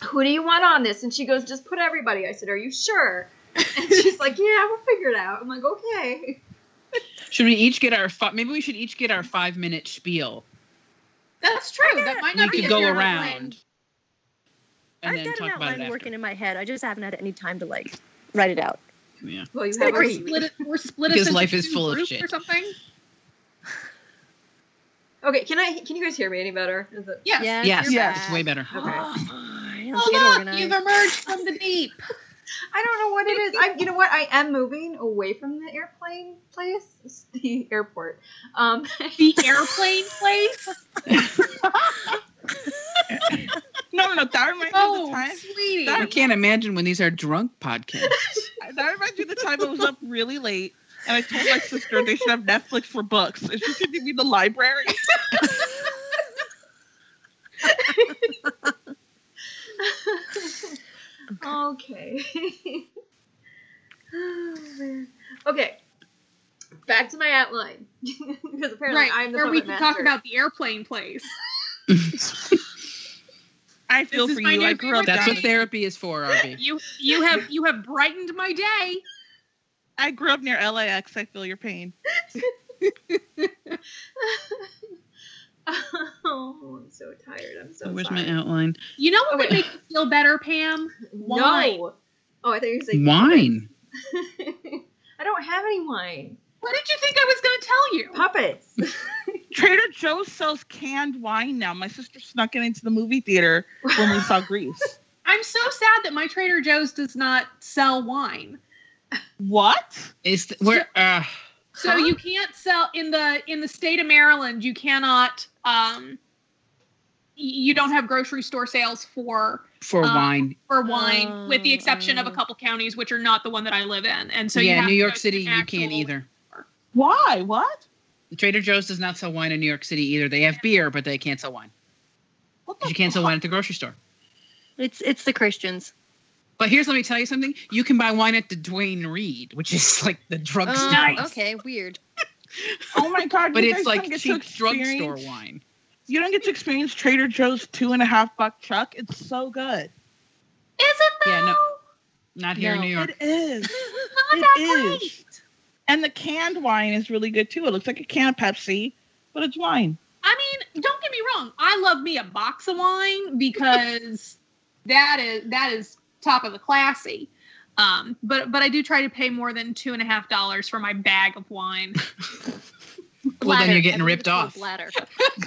"Who do you want on this?" And she goes, "Just put everybody." I said, "Are you sure?" And she's like, "Yeah, we'll figure it out." I'm like, "Okay." Should we each get our five? Maybe we should each get our five minute spiel. That's true. That might We not be could a go fair around and I've then got an talk about outline it after. working in my head. I just haven't had any time to like write it out. Yeah. Well, you Or have. we're a- split, we're split us Because into life is two full of groups shit. or something. Okay, can I? Can you guys hear me any better? Is it? Yes. Yes, you're yes. it's back. way better. Oh, fine. Let's get Oh, look, organized. you've emerged from the deep. I don't know what it is. I, you know what? I am moving away from the airplane place, the airport. Um, The airplane place. No, no, no. That reminds me of Oh, the time. sweetie. I can't imagine when these are drunk podcasts. That reminds me of the time I was up really late and I told my sister they should have Netflix for books. And she said, You mean the library? Okay. oh, man. Okay. Back to my outline. because apparently right, I'm the where we puppet can talk master. about the airplane place. I feel This for is my you. new I grew up. favorite That's down, what therapy is for, RB. You you have you have brightened my day. I grew up near LAX. I feel your pain. oh, I'm so tired. I'm so Where's sorry. my outline? You know what Oh, would wait. make you feel better, Pam? Wine. No. Oh, I thought you were saying Wine. I don't have any wine. What did you think I was going to tell you? Puppets. Trader Joe's sells canned wine now. My sister snuck it into the movie theater when we saw Grease. I'm so sad that my Trader Joe's does not sell wine. What? Is th- where? Uh, So you can't sell in the in the state of Maryland. You cannot. Um, y- you don't have grocery store sales for for Uh, wine. for wine, with the exception of a Oh. couple counties, which are not the one that I live in. And so you yeah, have New to York go to City, an you can't actual- either. Why? What? Trader Joe's does not sell wine in New York City either. They have beer, but they can't sell wine. What the You can't sell fuck? wine at the grocery store. It's it's the Christians. But here's let me tell you Oh, something. You can buy wine at the Dwayne Reed, which is like the drugstore. Oh, Okay, weird. Oh my god! But you it's guys don't like get to cheap drugstore experience- wine. You don't get to experience Trader Joe's two and a half buck chuck. It's so good. it though? Yeah, no. Not here in No. New York. It is. Not It that is. great. And the canned wine is really good too. It looks like a can of Pepsi, but it's wine. I mean, don't get me wrong. I love me a box of wine because that is that is top of the classy. Um, but but I do try to pay more than two and a half dollars for my bag of wine. Well, then Bladder. you're I getting believe ripped it's called off. Bladder.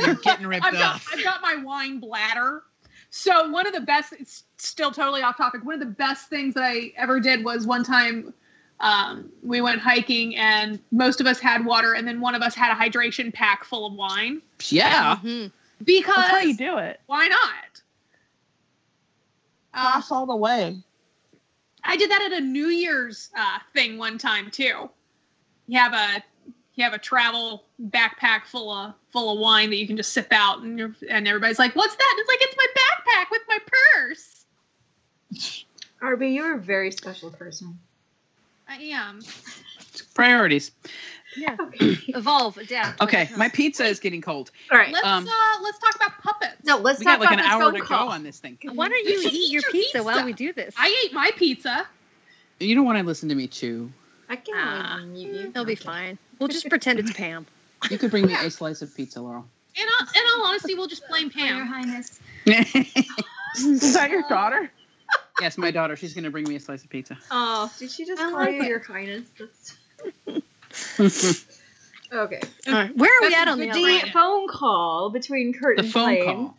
You're getting ripped I've got, off. I've got my wine bladder. So one of the best, it's still totally off topic. One of the best things that I ever did was one time um, we went hiking and most of us had water, and then one of us had a hydration pack full of wine Yeah. Mhm. That's how because you do it. why not? Uh, Class all the way. I did that at a New Year's uh, thing one time too. You have a you have a travel backpack full of full of wine that you can just sip out, and you're, and everybody's like, "What's that?" And it's like it's my backpack with my purse. Arby, you're a very special person. I am. Priorities. Yeah. Okay. Evolve, adapt. Okay, my pizza is getting cold. All right. Let's Um, uh, let's talk about puppets. no, let's We talk got like about an this hour phone to call. go on this thing. Why don't you You should eat eat your your pizza while pizza. we do this? I ate my pizza. You don't want to listen to me chew. I can Ah. only mute you. He'll Okay. be fine. We'll just pretend it's Pam. You could bring me a slice of pizza, Laurel. In all, in all honesty, we'll just blame Pam. Highness. yes, Is that Uh, your daughter? my daughter. She's gonna bring me a slice of pizza. Oh, did she just I call like you it. your highness? That's... Okay. All right. Where are we That's at on the good hour? The Right. phone call between Kurt the and phone Blaine. call.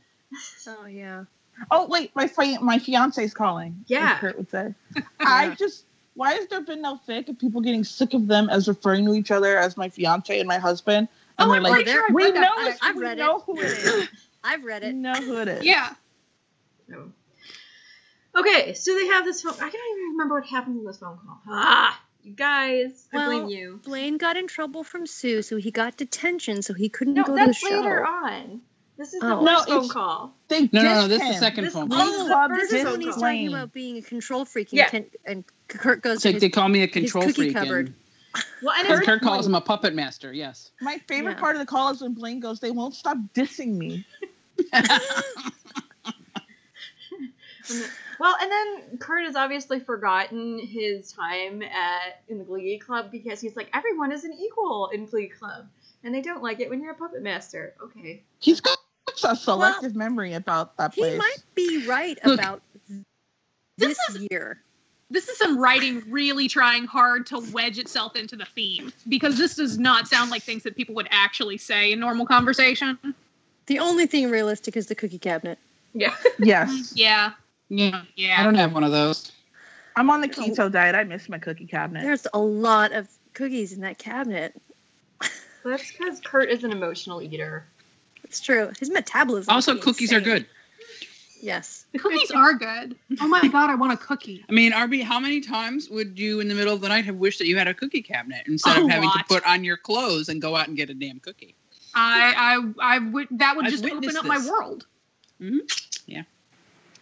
Oh yeah. Oh wait, my fi- my fiance's calling. Yeah. as Kurt would say. I just why has there been no fic of people getting sick of them as referring to each other as my fiance and my husband? And Oh, we're I'm like, pretty sure I we read that. know I- it's- I've we read know it. who it is. I've read We it. know who it is. Yeah. No. Oh. Okay, so they have this phone. I don't even remember what happens in this phone call. Ah, you guys, I blame Well, you. Blaine got in trouble from Sue, so he got detention, so he couldn't No, go to the that's show. later on. This is Oh. the No, first phone it's- call. They No, no, no. dissed This is the him. second This- phone oh, call. this is Club the This first is Disney. phone when he's call. talking Blaine. about being a control freak and, Yeah. Ken- and Kurt goes It's to like his they call me a control cookie freak. cupboard. And, Well, and and it's, Kurt calls him a puppet master. Yes. My favorite Yeah. part of the call is when Blaine goes, they won't stop dissing me. well, and then Kurt has obviously forgotten his time at in the Glee Club because he's like, everyone is an equal in Glee Club, and they don't like it when you're a puppet master. Okay, He's got a selective memory about that He place. might be right Look, about th- this this year. This is some writing really trying hard to wedge itself into the theme because this does not sound like things that people would actually say in normal conversation. The only thing realistic is the cookie cabinet. yeah, Yes. Yeah. yeah. I Yeah. don't have one of those. I'm on the keto diet. I miss my cookie cabinet. There's a lot of cookies in that cabinet. Well, that's because Kurt is an emotional eater. It's true. His metabolism. Also, would be cookies are insane. good. Yes. Cookies are good. Oh my god, I want a cookie. I mean, Arby, how many times would you, in the middle of the night, have wished that you had a cookie cabinet instead A of having to lot. put on your clothes and go out and get a damn cookie? I I I would that would I've just open witnessed up my this. world.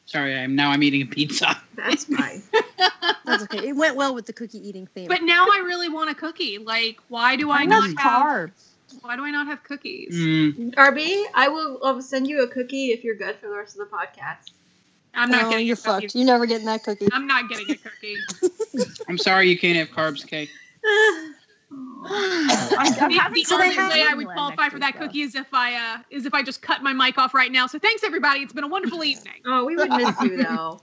Sorry, I'm now I'm eating a pizza. That's fine. That's okay. It went well with the cookie eating theme. But now I really want a cookie. Like, why do I I know not it's have? carbs. Why do I not have cookies? Mm. Arby, I will I'll send you a cookie if you're good for the rest of the podcast. I'm Oh, not No, getting. you're a cookie. fucked. You're never getting that cookie. I'm not getting a cookie. I'm sorry you can't have carbs, Kay. I'm, I'm the having the so they only have- way I would qualify for that cookie is if I uh, is if I just cut my mic off right now. So thanks everybody. It's been a wonderful evening. Oh, we would miss you though.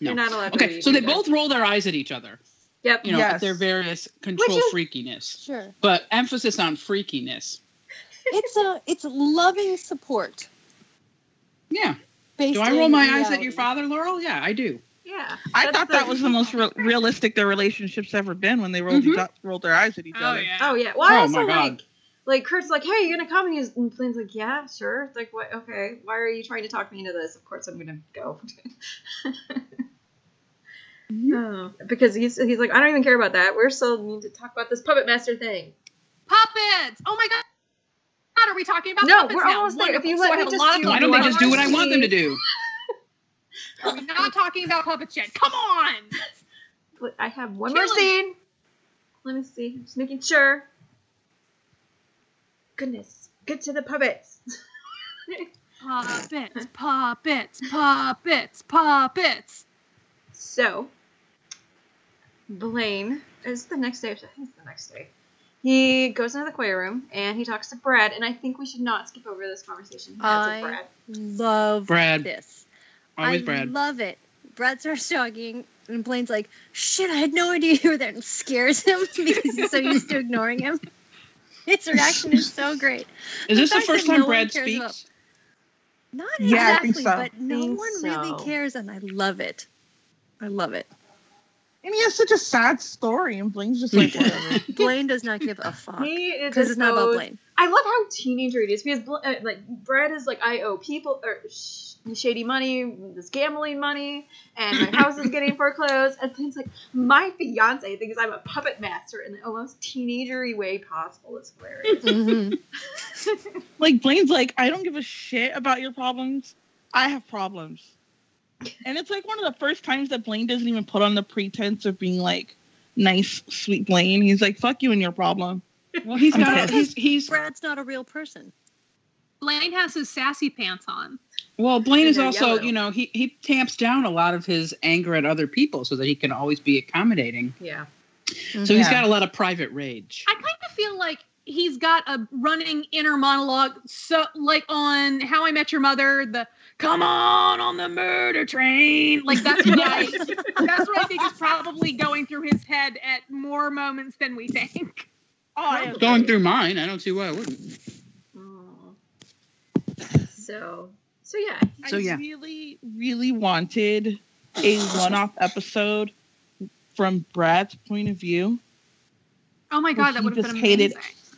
You're not allowed to Okay, leave so they either. both roll their eyes at each other, Yep. you know, Yes. at their various control Which is- freakiness, Sure. but emphasis on freakiness. It's a it's loving support. Yeah. Based uh, Do I in roll my eyes at reality. your father, Laurel? Yeah, I do. Yeah. I That's thought that was the most re- realistic their relationships ever been when they rolled, Mhm. each- rolled their eyes at each Oh other. yeah. Oh yeah. Well, I Oh, my also God. like like Kurt's like, hey, you're gonna come, and, he's, and Blaine's like, yeah, sure. It's like, what? Okay, why are you trying to talk me into this? Of course, I'm gonna go. Mm-hmm. oh, because he's he's like, I don't even care about that. We're still need to talk about this puppet master thing. Puppets. Oh my god. God, Are we talking about No, puppets we're now? almost there. If Wonderful. you So let me I have a just lot of do Why puppets don't they on just my do what I list. want them to do? Are we not talking about puppets yet? Come on. But I have one Kill more him. scene. Let me see. Just making sure. goodness, get to the puppets. Puppets, puppets, puppets, puppets. So, Blaine is the next day. I think it's the next day. He goes into the choir room and he talks to Brad. And I think we should not skip over this conversation he has I- with Brad. Love Brad. this. Always I Brad. love it. Brad starts jogging, and Blaine's like, "Shit, I had no idea you were there," and scares him because he's so used to ignoring him. His reaction is so great. Is this the fact that first time no one Brad cares about- speaks? Not Yeah, I exactly, think so. but no Think one so. really cares, and I love it. I love it. And he has such a sad story, and Blaine's just like, whatever. Blaine does not give a fuck He is because it's not about exposed- Blaine. I love how teenager it is because Bl- uh, like Brad is like I owe people or sh- shady money, this gambling money, and my house is getting foreclosed, and things like my fiance thinks I'm a puppet master in the almost teenagery way possible. It's hilarious. Mhm. like Blaine's like, I don't give a shit about your problems. I have problems. And it's like one of the first times that Blaine doesn't even put on the pretense of being like nice, sweet Blaine. He's like, fuck you and your problem. Well, he's I'm not. dead. He's he's. Brad's not a real person. Blaine has his sassy pants on. Well, Blaine is They're also, yellow. you know, he he tamps down a lot of his anger at other people so that he can always be accommodating. yeah. So he's Yeah. got a lot of private rage. I kind of feel like he's got a running inner monologue, so like on How I Met Your Mother, the "Come on on the murder train," like that's what I, that's what I think is probably going through his head at more moments than we think. Oh, I It's going through mine. I don't see why I wouldn't. Mm. So so yeah. So, I yeah. really, really wanted a one-off episode from Brad's point of view. Oh my Well, god, that he would have been just amazing. hated-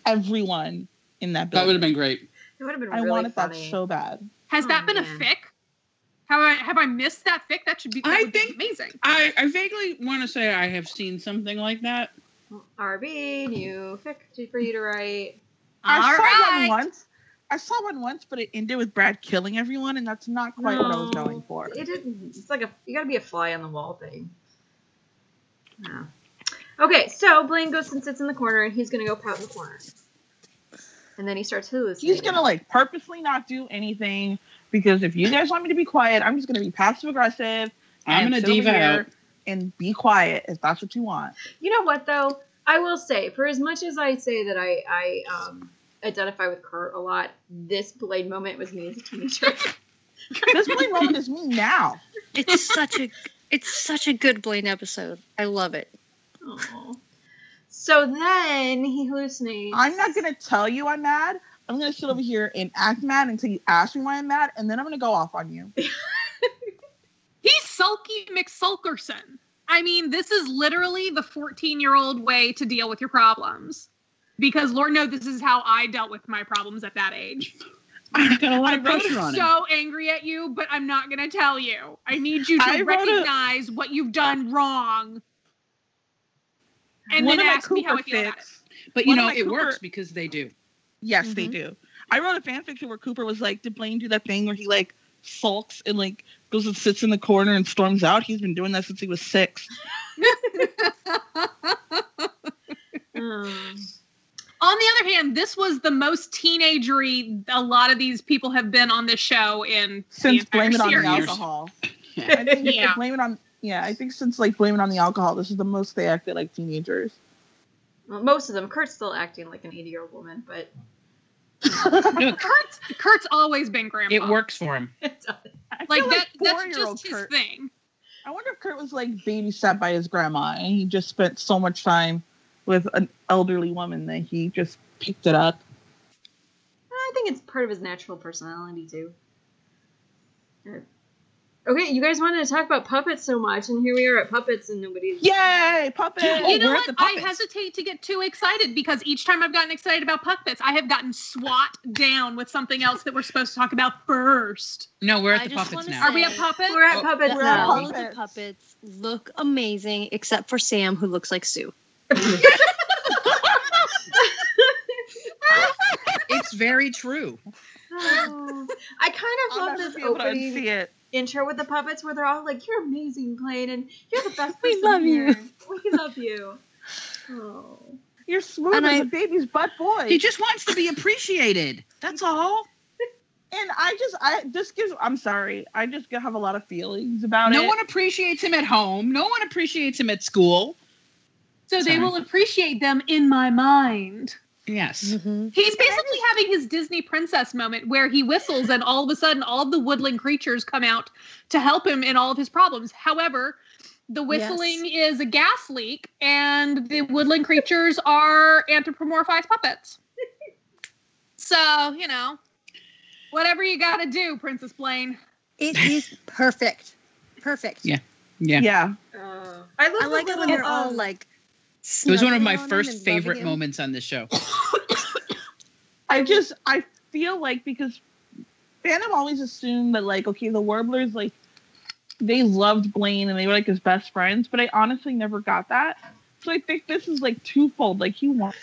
Everyone in that That would building. have been great. It would have been I really wanted funny. that so bad. Has that Oh, been man. a fic? Have I have I missed that fic? That should be. That I would be think- amazing. I, I vaguely want to say I have seen something like that. RB new fic for you to write. I saw Alright. one once. I saw one once, but it ended with Brad killing everyone, and that's not quite what I was No. going for. It is, it's like a you gotta be a fly on the wall thing. Yeah. Okay, so Blaine goes and sits in the corner, and he's gonna go pout in the corner, and then he starts hallucinating. He's gonna like purposely not do anything because if you guys want me to be quiet, I'm just gonna be passive aggressive. I'm and gonna sit over diva here out. and be quiet if that's what you want. You know what though? I will say, for as much as I say that I I um, identify with Kurt a lot, this Blaine moment was me as a teenager. This Blaine moment is me now. It's such a it's such a good Blaine episode. I love it. Aw. so then he hallucinates. I'm not gonna tell you I'm mad. I'm gonna sit over here and act mad until you ask me why I'm mad, and then I'm gonna go off on you. He's sulky McSulkerson. I mean, this is literally the 14 year old way to deal with your problems. Because Lord knows this is how I dealt with my problems at that age. He's got a lot I'm of pressure on him. so angry at you, but I'm not going to tell you. I need you to I wrote a- recognize what you've done wrong. And One then of my ask me how I Cooper feel about it. fits- But you One of know, my it Cooper- works because they do. Yes, they Mm-hmm. Mhm. do. I wrote a fan fiction where Cooper was like, did Blaine do that thing where he like sulks and like goes and sits in the corner and storms out? He's been doing that since he was six. Um, On the other hand, this was the most teenagery a lot of these people have been on this show in Since the entire blame it on the series. alcohol. Yeah. I think if they Yeah. blame it on yeah, I think since like blame it on the alcohol, this is the most they acted like teenagers. well, most of them. Kurt's still acting like an 80 year old woman, but Look, Kurt's Kurt's always been grandpa. it works for him. I Like feel that. That's four-year-old just his Kurt- thing. I wonder if Kurt was like babysat by his grandma and he just spent so much time with an elderly woman that he just picked it up. I think it's part of his natural personality too. Okay, you guys wanted to talk about puppets so much, and here we are at puppets, and nobody's. Yay, puppet! you Oh, know we're at the what? I puppets. hesitate to get too excited because each time I've gotten excited about puppets, I have gotten swat down with something else that we're supposed to talk about first. No, we're at I the just puppets wanna now. Are we at Say- puppets? We're at Oh, puppets we're at now. puppets. All of the puppets look amazing except for Sam, who looks like Sue. It's very true. Oh. I I'll kind of love never this be able to unsee opening it. intro with the puppets where they're all like, "You're amazing, Blaine, and you're the best." We person love here. you." We love you. Oh. You're smooth And as I- a baby's butt boy. He just wants to be appreciated. That's all. and I just, I this gives. I'm sorry. I just have a lot of feelings about No it. one appreciates him at home. No one appreciates him at school. So Sorry. they will appreciate them in my mind. Yes. Mhm. He's basically having his Disney princess moment where he whistles and all of a sudden all of the woodland creatures come out to help him in all of his problems. However, the whistling is a gas leak and the woodland creatures are anthropomorphized puppets. So, you know, whatever you got to do, Princess Blaine. It is perfect. Perfect. Yeah. Yeah. Mm-hmm. Yeah. Uh, I love I the like it little, when they're all um, like. It was one of snuggling my on him and first rubbing favorite him. moments on this show. I just, I feel like because fandom always assumed that like, okay, the Warblers like they loved Blaine and they were like his best friends, but I honestly never got that. So I think this is like twofold. Like he wants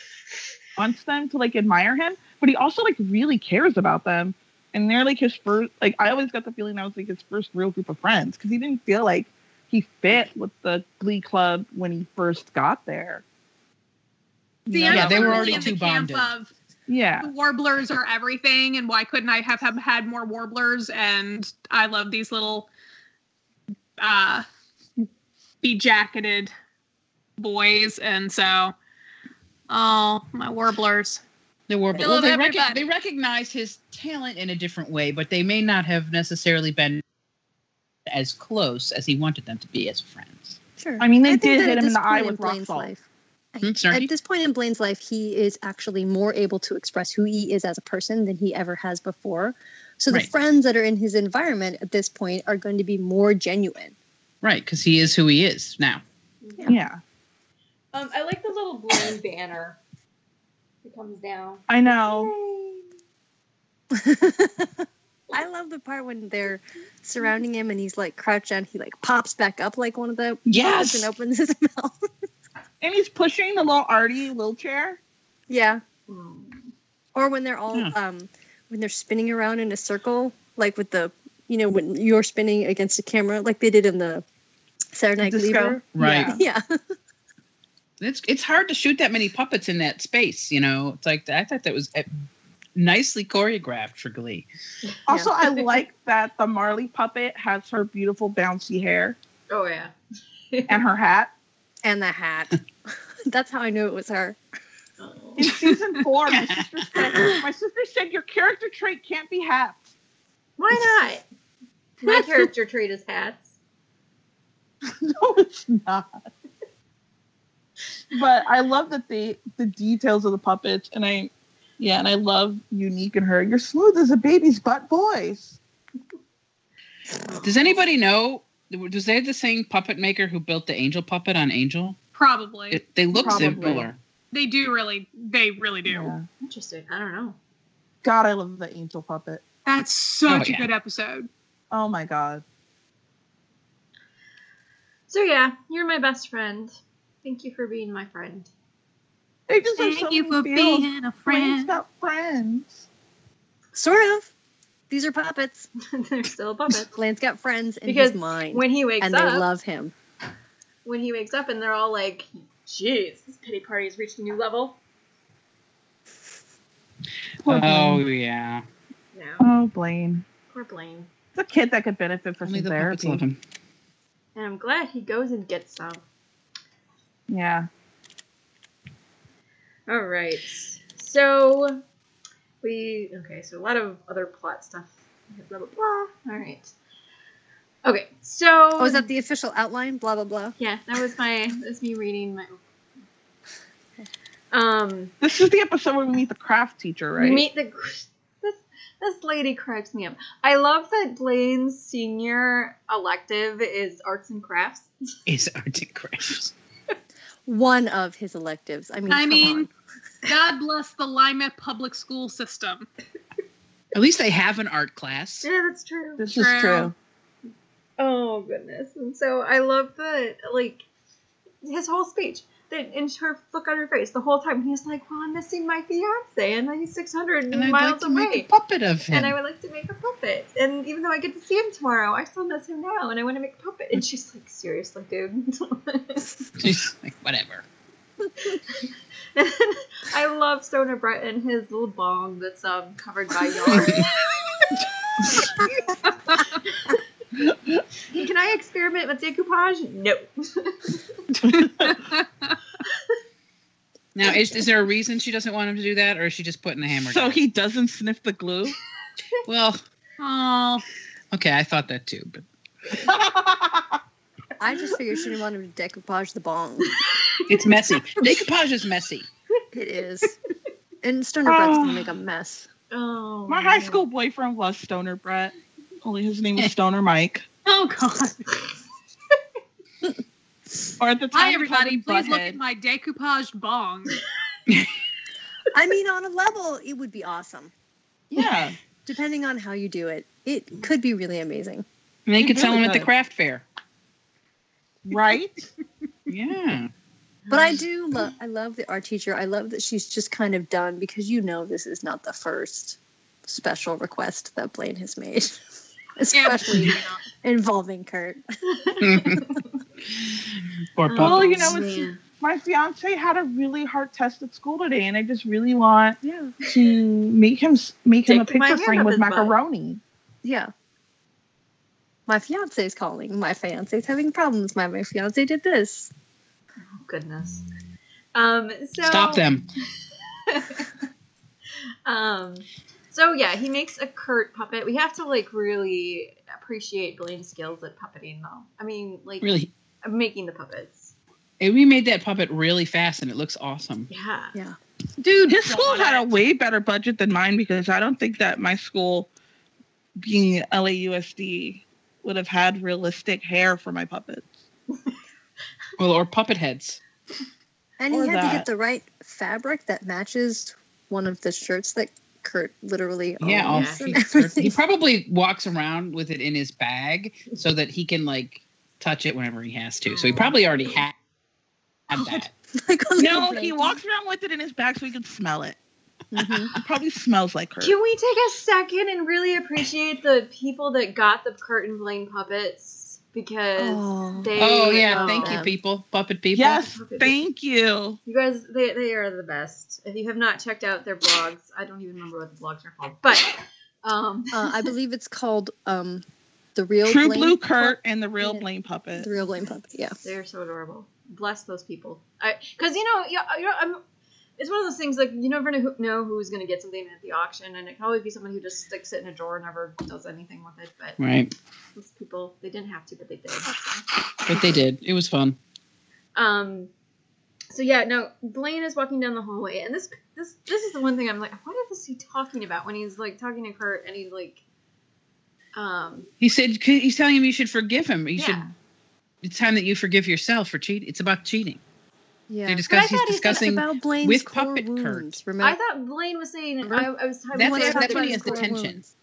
wants them to like admire him, but he also like really cares about them. And they're like his first. Like I always got the feeling that was like his first real group of friends because he didn't feel like he fit with the Glee Club when he first got there. You See, know, I'm Yeah, that they were was- already totally in the too camp bonded. Of yeah. the warblers are everything and why couldn't i have, have had more warblers and i love these little uh be jacketed boys and so oh my warblers They were, They well, love they, rec- everybody. they recognized his talent in a different way, but they may not have necessarily been as close as he wanted them to be as friends. Sure. I mean, they think did that hit at him in this the eye point with rock Blaine's salt. life- Hmm, sorry. At this point in Blaine's life, he is actually more able to express who he is as a person than he ever has before. So the Right. friends that are in his environment at this point are going to be more genuine. Right, because he is who he is now. Yeah. Um, I like the little Blaine banner. It comes down. I know. I love the part when they're surrounding him and he's like crouched down. He like pops back up like one of the Yes! puppets and opens his mouth. And he's pushing the little Artie wheelchair. yeah, Mm. or when they're all Yeah. um, when they're spinning around in a circle, like with the you know when you're spinning against the camera, like they did in the Saturday Night Disco. Fever. Right. Yeah. Yeah. It's it's hard to shoot that many puppets in that space, you know. It's like I thought that was uh, nicely choreographed for Glee. Also, I like that the Marley puppet has her beautiful bouncy hair Oh yeah. and her hat. and the hat. That's how I knew it was her. In season four, my sister said, my sister said your character trait can't be hats. Why not? My character trait is hats. No, it's not. But I love that they the details of the puppets, and I, yeah, and I love Unique and her. You're smooth as a baby's butt voice. Does anybody know? Does they have the same puppet maker who built the angel puppet on Angel? probably It, they look Probably. similar. they do really they really do Yeah. Interesting. I don't know. God, I love the angel puppet. that's Oh, such yeah. a good episode Oh my god. So yeah, you're my best friend. Thank you for being my friend. They just have so many feels. a Friends, not friends. Sort of. These are puppets. They're still a puppet. Blaine's got friends in Because his mind. when he wakes and up, they love him. when he wakes up, and they're all like, "Jeez, this pity party has reached a new level." Poor Oh Blaine. yeah, No, Oh, Blaine. poor Blaine. It's a kid that could benefit from only some the puppets therapy. love him. And I'm glad he goes and gets some. Yeah. All right. So we okay. So a lot of other plot stuff. Blah blah blah. All right. Okay. So Oh, is that the official outline? Blah blah blah. yeah? That was my that's me reading my. Um, This is the episode where we meet the craft teacher, right? meet the this this lady cracks me up. I love that Blaine's senior elective is arts and crafts. Is arts and crafts. One of his electives. I mean, i come mean on. god bless the lima public school system At least they have an art class. Yeah, that's true. This is True. true. Oh goodness! And so I love the like his whole speech. The and her look on her face the whole time. He's like, "Well, I'm missing my fiance, and he's 600 And I'd like miles to away, make a puppet of him. and I would like to make a puppet. And even though I get to see him tomorrow, I still miss him now, and I want to make a puppet." And she's like, "Seriously, dude." She's like, whatever. I love Stoner Brett and his little bong that's um, covered by yarn. Can I experiment with decoupage? No. Now, is, is there a reason she doesn't want him to do that, or is she just putting the hammer So down? he doesn't sniff the glue. Well, Oh, okay, I thought that too, but I just figured she didn't want him to decoupage the bong. it's messy. Decoupage is messy. It is. And Stoner Brett's gonna Ah. make a mess. Oh, My high school boyfriend was Stoner Brett. Only his name was Stoner Mike. oh God. Or at the time, Hi, we called everybody. him Please look Butthead. at my decoupage bong. I mean, on a level, it would be awesome. Yeah. Depending on how you do it, it could be really amazing. And they could sell really them at the does. craft fair. Right? Yeah. But I do love I love the art teacher. I love that she's just kind of done because you know this is not the first special request that Blaine has made. Especially involving Kurt. Poor Oh, Well, puppy. you know, it's- man. My fiance had a really hard test at school today, and I just really want Yeah. to make him s- make him a Stick my picture hand frame up with his butt. macaroni. Yeah. My fiance's calling. My fiance's having problems. My my fiance did this. Oh, goodness. Um, so, Stop them. Um, so yeah, he makes a Kurt puppet. We have to like really appreciate Blaine's skills at puppeting, though. I mean, like Really. making the puppets. And we made that puppet really fast, and it looks awesome. Yeah. Dude, his school had a way better budget than mine because I don't think that my school, being LAUSD, would have had realistic hair for my puppets. Well, or puppet heads. And Or he had that. to get the right fabric that matches one of the shirts that Kurt literally owns. Oh, Yeah, all yeah. and feet. He everything. probably walks around with it in his bag so that he can like touch it whenever he has to. So he probably already had that. Like a little No, he blanket. walks around with it in his bag so he can smell it. Mhm. It probably smells like her. Can we take a second and really appreciate the people that got the Kurt and Blaine puppets because Oh. they. Oh yeah, Oh. thank you, Yeah. people, puppet people. Yes, Puppet. thank you. You guys, they, they are the best. If you have not checked out their blogs, I don't even remember what the blogs are called, but um, Uh, I believe it's called um, the real True Blaine Blue Pup- Kurt and the real Yeah. Blaine puppet. The real Blaine puppet. Yeah. They're so adorable. Bless those people. Because, you know, you, you know I'm, it's one of those things like you never know, who, know who's going to get something at the auction, and it can always be someone who just sticks it in a drawer and never does anything with it. But Right. those people, they didn't have to, but they did. But they did. It was fun. Um, so yeah, no, Blaine is walking down the hallway, and this this this is the one thing I'm like, what is he talking about when he's like talking to Kurt and he's like, um, He said he's telling him you should forgive him. You should Yeah. it's time that you forgive yourself for cheating. It's about cheating. Yeah. They're discuss, But I he's thought he said discussing about Blaine's with core Puppet wounds, Kurt. I Remember? thought Blaine was saying I, I was That's I what- was that's talking when he about has the his core tension. wounds.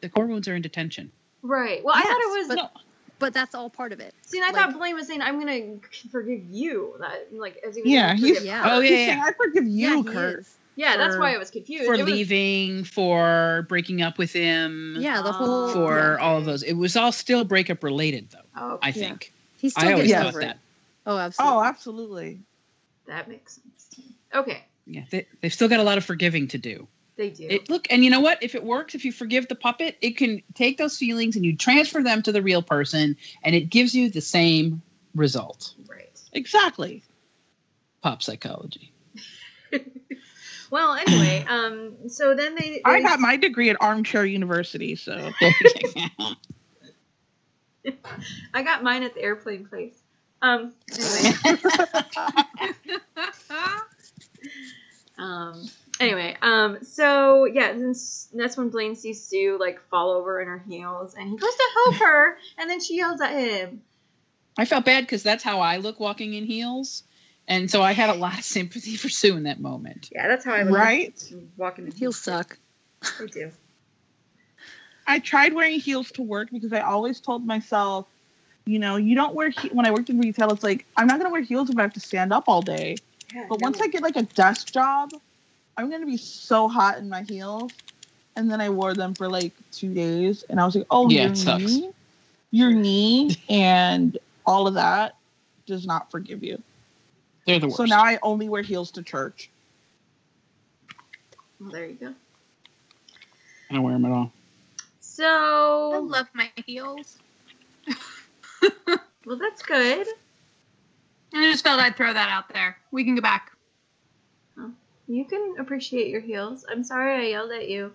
the core wounds are in detention. right. Well, I thought it was Yes, But that's all part of it. See, and I Like- thought Blaine was saying, "I'm gonna forgive you." That like as he was Yeah, gonna he's- forgive Yeah. her. Oh He's yeah, saying, yeah. I forgive you, yeah, he Kurt. is. yeah. That's For- why I was confused. for It was- leaving, for breaking up with him, Yeah, the whole. for yeah. all of those. It was all still breakup related though. Oh, okay. I think. He still I always gets thought over that. it. Oh, absolutely. Oh, absolutely. that makes sense. Okay, Yeah, they, they've still got a lot of forgiving to do. they do. It, look, and you know what? If it works, if you forgive the puppet, it can take those feelings and you transfer them to the real person, and it gives you the same result. right. Exactly. Pop psychology. Well, anyway, um, so then they. I they- got my degree at Armchair University, so I got mine at the airplane place. Um. Anyway. Ah. um. Anyway. Um. So yeah, then S- that's when Blaine sees Sue like fall over in her heels, and he goes to help her, and then she yells at him. I felt bad because that's how I look walking in heels, and so I had a lot of sympathy for Sue in that moment. Yeah, that's how I was right? walking. in He'll heels. suck. They do. I tried wearing heels to work because I always told myself, you know, you don't wear he- when I worked in retail. It's like I'm not gonna wear heels if I have to stand up all day. But once I get like a desk job, I'm gonna be so hot in my heels. And then I wore them for like two days, and I was like, oh, Yeah, your it sucks. knee, your knee, and all of that does not forgive you. They're the worst. So now I only wear heels to church. Well, there you go. I don't wear them at all. So, I love my heels. well, that's good. I just felt I'd throw that out there. We can go back. You can appreciate your heels. I'm sorry I yelled at you.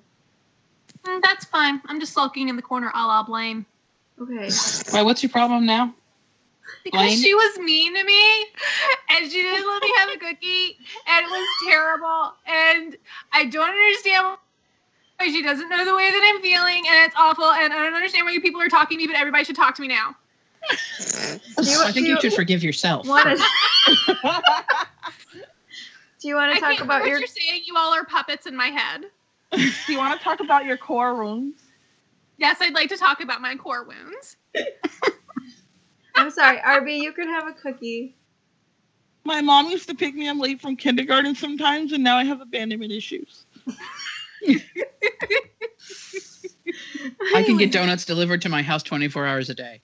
Mm, that's fine. I'm just sulking in the corner, a la Blaine. Okay. Why? What's your problem now? Because Blaine? she was mean to me, and she didn't let me have a cookie, and it was terrible. And I don't understand why she doesn't know the way that I'm feeling, and it's awful. And I don't understand why you people are talking to me, but everybody should talk to me now. I think you should forgive yourself. Wanna, do you want I to talk can't about about what your? you're saying. You all are puppets in my head. Do you want to talk about your core wounds? Yes, I'd like to talk about my core wounds. I'm sorry, Arby. You can have a cookie. My mom used to pick me up late from kindergarten sometimes, and now I have abandonment issues. I can get donuts delivered to my house 24 hours a day.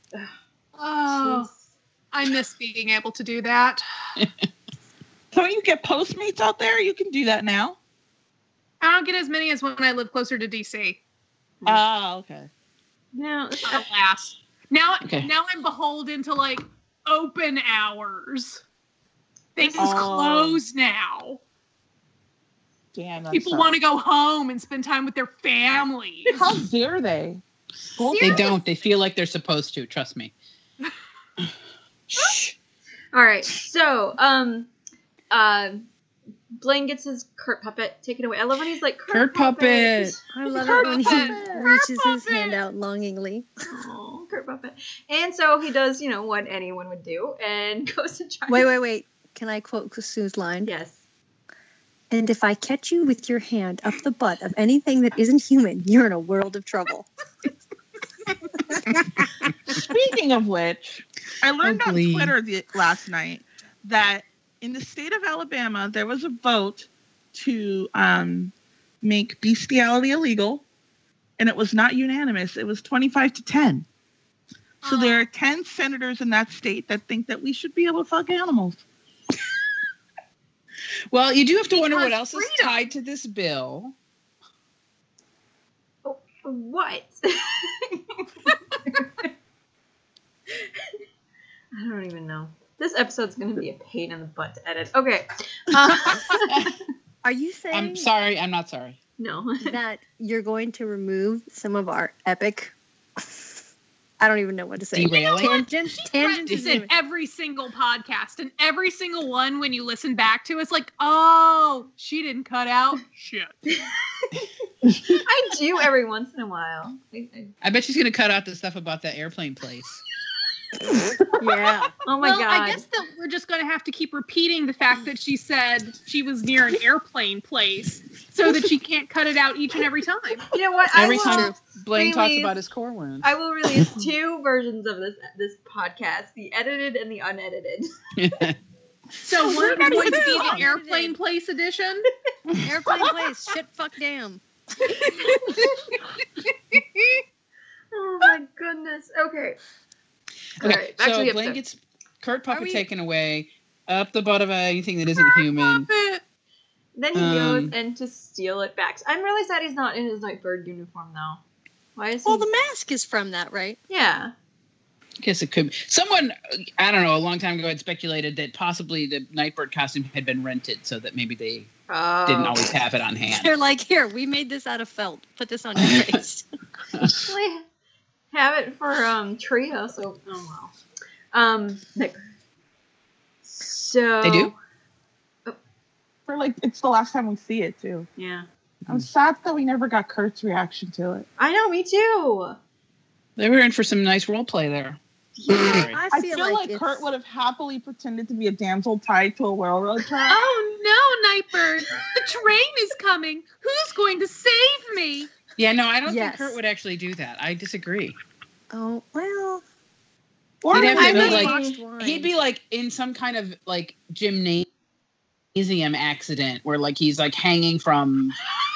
Oh, I miss being able to do that. So you get Postmates out there? You can do that now. I don't get as many as when I live closer to DC. Ah, okay. No, Alas. Now, Okay. now I'm beholden to like open hours. Things Oh. close now. Damn. I'm People sorry. want to go home and spend time with their families. How dare they? Go They don't. They feel like they're supposed to. Trust me. Shh. All right. So, um, uh, Blaine gets his Kurt puppet taken away. I love when he's like Kurt, Kurt puppet. I love it when he Purple. reaches his Purple. hand out longingly. Aw, Kurt puppet. And so he does, you know, what anyone would do, and goes to try. Wait, wait, wait. Can I quote Sue's line? Yes. And if I catch you with your hand up the butt of anything that isn't human, you're in a world of trouble. Speaking of which, I learned on Ugly. Twitter the, last night that in the state of Alabama, there was a vote to um, make bestiality illegal, and it was not unanimous. It was 25 to 10. So there are 10 senators in that state that think that we should be able to fuck animals. Well, you do have to wonder what Because else is freedom. tied to this bill. What? I don't even know. This episode's gonna be a pain in the butt to edit. Okay. Uh, Are you saying I'm sorry. I'm not sorry. no. that you're going to remove some of our epic? I don't even know what to say. Derailing. Tangents, tangents. It's is in even- every single podcast and every single one when you listen back to it's like, oh, she didn't cut out shit. I do every once in a while. I, I, I bet she's going to cut out the stuff about that airplane place. Yeah. oh my well, god. I guess that we're just going to have to keep repeating the fact that she said she was near an airplane place so that she can't cut it out each and every time. you know what? Every I will, time Blaine talks Really? about his core wound. I will release two versions of this this podcast: the edited and the unedited. So Oh, one we're not would even be the wrong. airplane place edition. Airplane place. Shit, fuck, damn. Oh my goodness. Okay. All Okay, right, back so to the Blaine episode. gets Kurt Puppet Are we- taken away up the butt of anything that isn't human. Then he Um, goes and to steal it back. I'm really sad he's not in his night bird uniform though. Why is he? Well, the mask is from that, right? yeah. I guess it could. Someone, I don't know, a long time ago had speculated that possibly the Nightbird costume had been rented so that maybe they Oh. didn't always have it on hand. They're like, here, we made this out of felt. Put this on your face. actually have it for um trio. So oh well. Um. Nick. So They do? For like, it's the last time we see it, too. Yeah. I'm sad that we never got Kurt's reaction to it. I know. Me too. They were in for some nice role play there. Sorry. I feel, like, Kurt would have happily pretended to be a damsel tied to a railroad track. Oh no, Nightbird! The train is coming. Who's going to save me? Yeah, no, I don't Yes. think Kurt would actually do that. I disagree. Oh well. Or You'd have to I go, mean, like- Boxed wine. He'd be like in some kind of like gymnasium accident where like he's like hanging from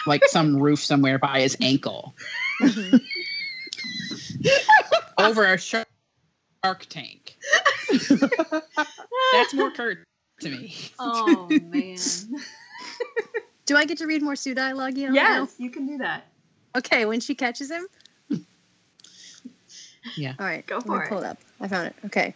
like some roof somewhere by his ankle Mhm. over a shark, shark tank. That's more Kurt to me. Oh man. Do I get to read more Sue dialogue? You know, now? yes, you can do that. Okay, when she catches him. Yeah. All right. Go let me for it. Pull it up. I found it. Okay.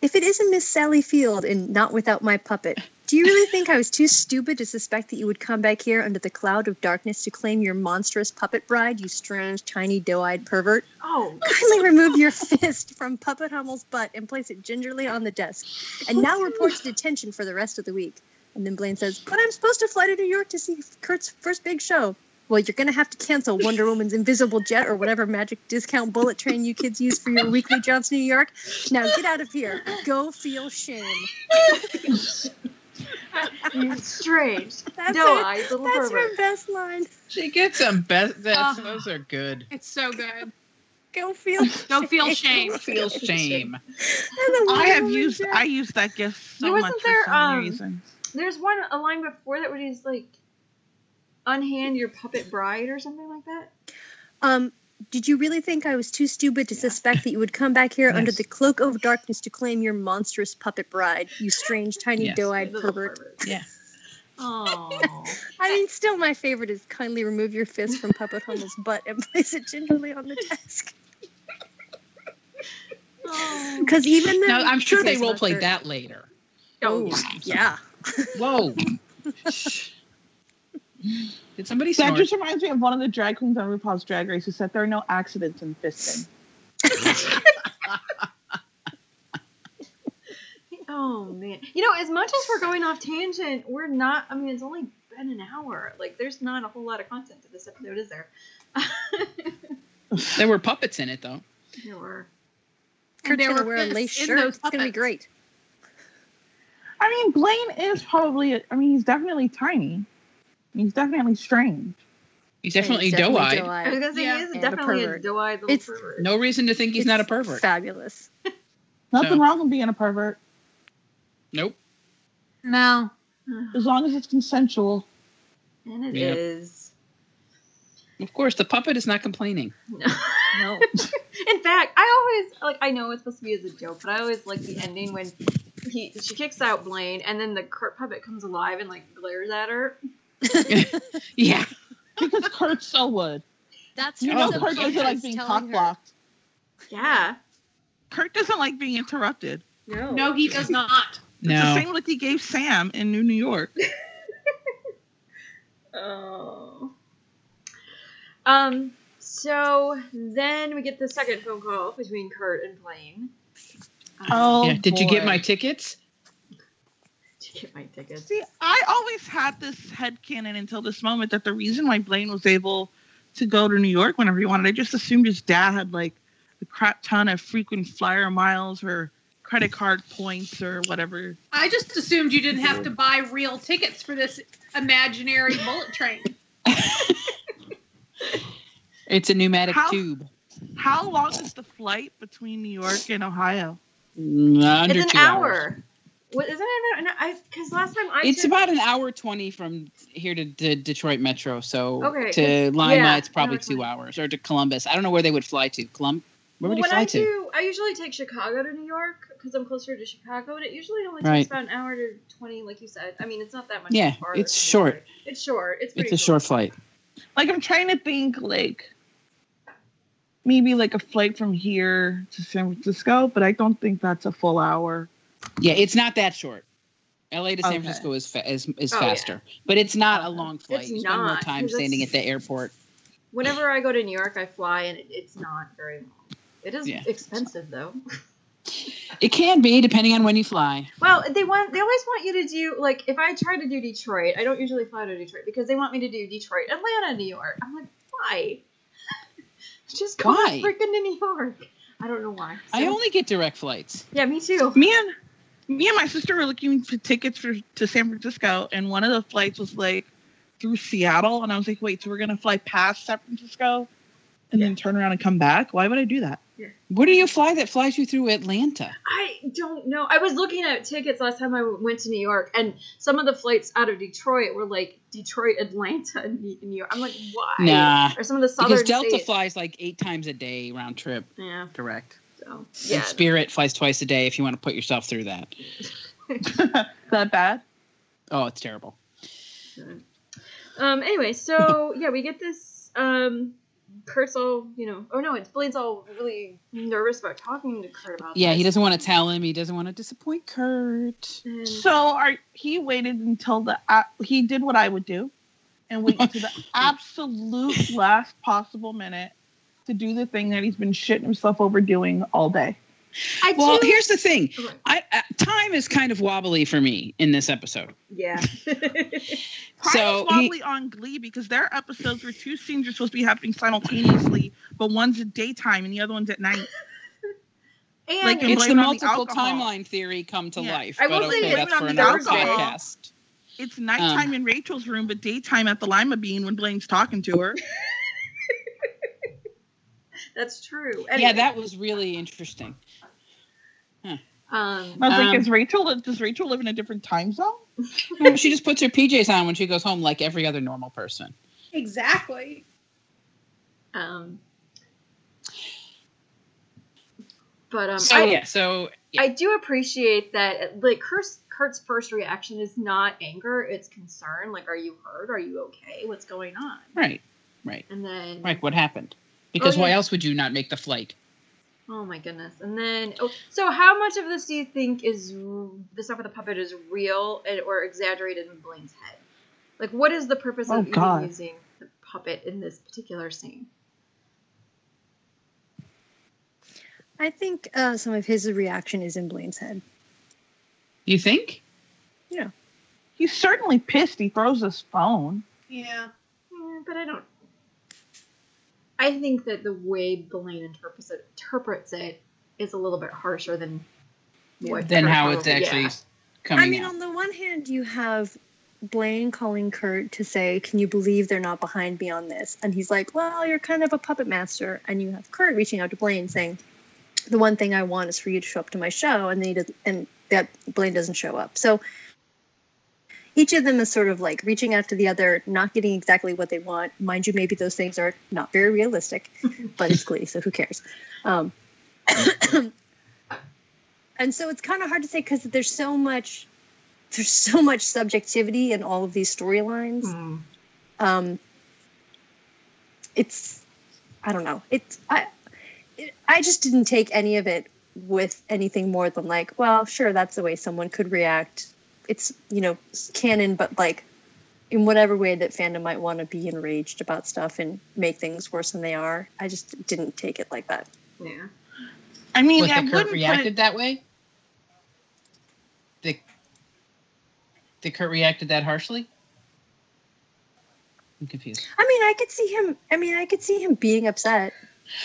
If it isn't Miss Sally Field and not without my puppet, do you really think I was too stupid to suspect that you would come back here under the cloud of darkness to claim your monstrous puppet bride, you strange, tiny, doe-eyed pervert? Oh, Kindly remove your fist from Puppet Hummel's butt and place it gingerly on the desk. And now report to detention for the rest of the week. And then Blaine says, But I'm supposed to fly to New York to see Kurt's first big show. Well, you're going to have to cancel Wonder Woman's invisible jet or whatever magic discount bullet train you kids use for your weekly jobs in New York. Now get out of here. Go feel shame. you strange. That's no, it. I little That's her pervert. best line. She gets them best. That's, Uh-huh. Those are good. It's so good. Go feel Don't feel shame. Feel shame. And I the Wonder have Woman used jet. I used that gift so There much wasn't for there, so um, many reasons. There's one a line before that where he's like, "Unhand your puppet bride" or something like that. Um, did you really think I was too stupid to suspect that you would come back here under Yes. the cloak of darkness to claim your monstrous puppet bride, you strange, tiny, Yes. doe-eyed Little pervert? Yeah. Oh. I mean, still my favorite is kindly remove your fist from Puppet Hummel's butt and place it gingerly on the desk. oh. Because even then, No, I'm sure Okay, they so role that's her- played that later. Oh, yeah. Whoa. Did somebody That snort? just reminds me of one of the drag queens on RuPaul's Drag Race who said there are no accidents in fisting. Oh man. You know, as much as we're going off tangent, we're not. I mean, it's only been an hour. Like, there's not a whole lot of content to this episode, is there? There were puppets in it though. There were. And Kurt's there gonna were wear a lace fists in shirt. those It's gonna be puppets. great. I mean, Blaine is probably. I mean, he's definitely tiny. He's definitely strange. He's definitely It's doe-eyed. I was gonna say Yeah. he is And a definitely a pervert. doe-eyed little It's- pervert. No reason to think he's It's not a pervert. Fabulous. Nothing So- wrong with being a pervert Nope. No. as long as it's consensual. And it is. Yeah. Of course, the puppet is not complaining. No. In fact, I always like I know it's supposed to be as a joke, but I always like the ending when he she kicks out Blaine and then the Kurt puppet comes alive and like glares at her. Yeah. Because Kurt so would. That's You her know, Oh, Kurt doesn't like subconscious being telling cock her. blocked. Yeah. Kurt doesn't like being interrupted. No. No, he does not. It's the No. same look he gave Sam in New New York. Oh. Um. So then we get the second phone call between Kurt and Blaine. Um, Oh, Yeah. Did you get boy. my tickets? Did you get my tickets? See, I always had this headcanon until this moment that the reason why Blaine was able to go to New York whenever he wanted, I just assumed his dad had like a crap ton of frequent flyer miles or credit card points or whatever. I just assumed you didn't have to buy real tickets for this imaginary bullet train. It's a pneumatic How- tube. How long is the flight between New York and Ohio? Under it's two an hours. hour. What isn't it? An, I because last time I It's took- about an hour twenty from here to, to Detroit Metro. So Okay, to Lima, yeah, it's probably hour two 20. hours, or to Columbus. I don't know where they would fly to. Colum, where well, would when he fly I to? do, I usually take Chicago to New York because I'm closer to Chicago, and it usually only takes Right. about an hour to twenty, like you said. I mean, it's not that much. Yeah, farther it's than short. Detroit. It's short. It's pretty It's a short flight. Like I'm trying to think like maybe like a flight from here to San Francisco, but I don't think that's a full hour. Yeah, it's not that short. L.A. to San Okay. Francisco is fa- is, is Oh, yeah. faster, but it's not a long flight. It's you spend more not, time 'cause standing at it's- the airport. Whenever I go to New York, I fly, and it, it's not very long. It is Yeah. expensive though. It can be depending on when you fly. Well, they want they always want you to do like if I try to do Detroit, I don't usually fly to Detroit because they want me to do Detroit, Atlanta, New York. I'm like, why? Just go Why? freaking to New York. I don't know why. I So- only get direct flights. yeah, me too. me and me and my sister were looking for tickets for to San Francisco, and one of the flights was like through Seattle, and I was like, wait, so we're gonna fly past San Francisco and then turn around and come back? Why would I do that? What do you fly that flies you through Atlanta? I don't know. I was looking at tickets last time I went to New York, and some of the flights out of Detroit were like Detroit, Atlanta, New New York. I'm like, why? Nah, Or some of the southern because Delta states. flies like eight times a day round trip. yeah. Direct. So And yeah. Spirit flies twice a day if you want to put yourself through that. that bad? Oh, it's terrible. Um. Anyway, so yeah, we get this. Um, Kurt's all, you know. Oh no, it's Blaine's all really nervous about talking to Kurt about. Yeah, this. he doesn't want to tell him. He doesn't want to disappoint Kurt. And- So are, he waited until the a he did what I would do, and waited to the absolute last possible minute to do the thing that he's been shitting himself over doing all day. I Well, do- here's the thing. Okay, I, I time is kind of wobbly for me in this episode. Yeah. So Probably he- wobbly on Glee because their episodes were two scenes are supposed to be happening simultaneously, but one's at daytime and the other one's at night. and Like, It's blame the it on the multiple alcohol. timeline theory come to Yeah. life. I but will say okay, it that's was for on another the alcohol. podcast. It's nighttime Um, in Rachel's room, but daytime at the Lima Bean when Blaine's talking to her. that's true. Yeah, Anyway, that was really interesting. Um, I was Um, like, is Rachel does Rachel live in a different time zone? Well, she just puts her PJs on when she goes home, like every other normal person. Exactly. um, but um, So I, yeah, so yeah. I do appreciate that. uh, Like Kurt's, Kurt's first reaction is not anger; it's concern. Like, are you hurt? Are you okay? What's going on? right, right, And then, right. What happened? Because Oh, yeah. why else would you not make the flight? oh my goodness! And then, oh, so how much of this do you think is r- the stuff with the puppet is real and, or exaggerated in Blaine's head? Like, what is the purpose Oh, of even God. using the puppet in this particular scene? I think uh, some of his reaction is in Blaine's head. You think? He's certainly pissed. He throws his phone. Yeah. Yeah, Mm, but I don't. I think that the way Blaine interprets it, interprets it is a little bit harsher than what. Then Kurt how it's probably- actually yeah. coming I mean, out? on the one hand, you have Blaine calling Kurt to say, Can you believe they're not behind me on this? And he's like, Well, you're kind of a puppet master. And you have Kurt reaching out to Blaine saying, The one thing I want is for you to show up to my show. And, they does, and that Blaine doesn't show up. So each of them is sort of like reaching out to the other, not getting exactly what they want. Mind you, maybe those things are not very realistic, but it's Glee, so who cares? Um, and so it's kind of hard to say because there's so much there's so much subjectivity in all of these storylines Hmm. um it's i don't know it's i it, i just didn't take any of it with anything more than like well sure that's the way someone could react it's you know s- canon but like in whatever way that fandom might want to be enraged about stuff and make things worse than they are i just didn't take it like that Yeah. I mean, What, I that Kurt wouldn't reacted put it, that way. The the Kurt reacted that harshly. I'm confused. i mean i could see him i mean i could see him being upset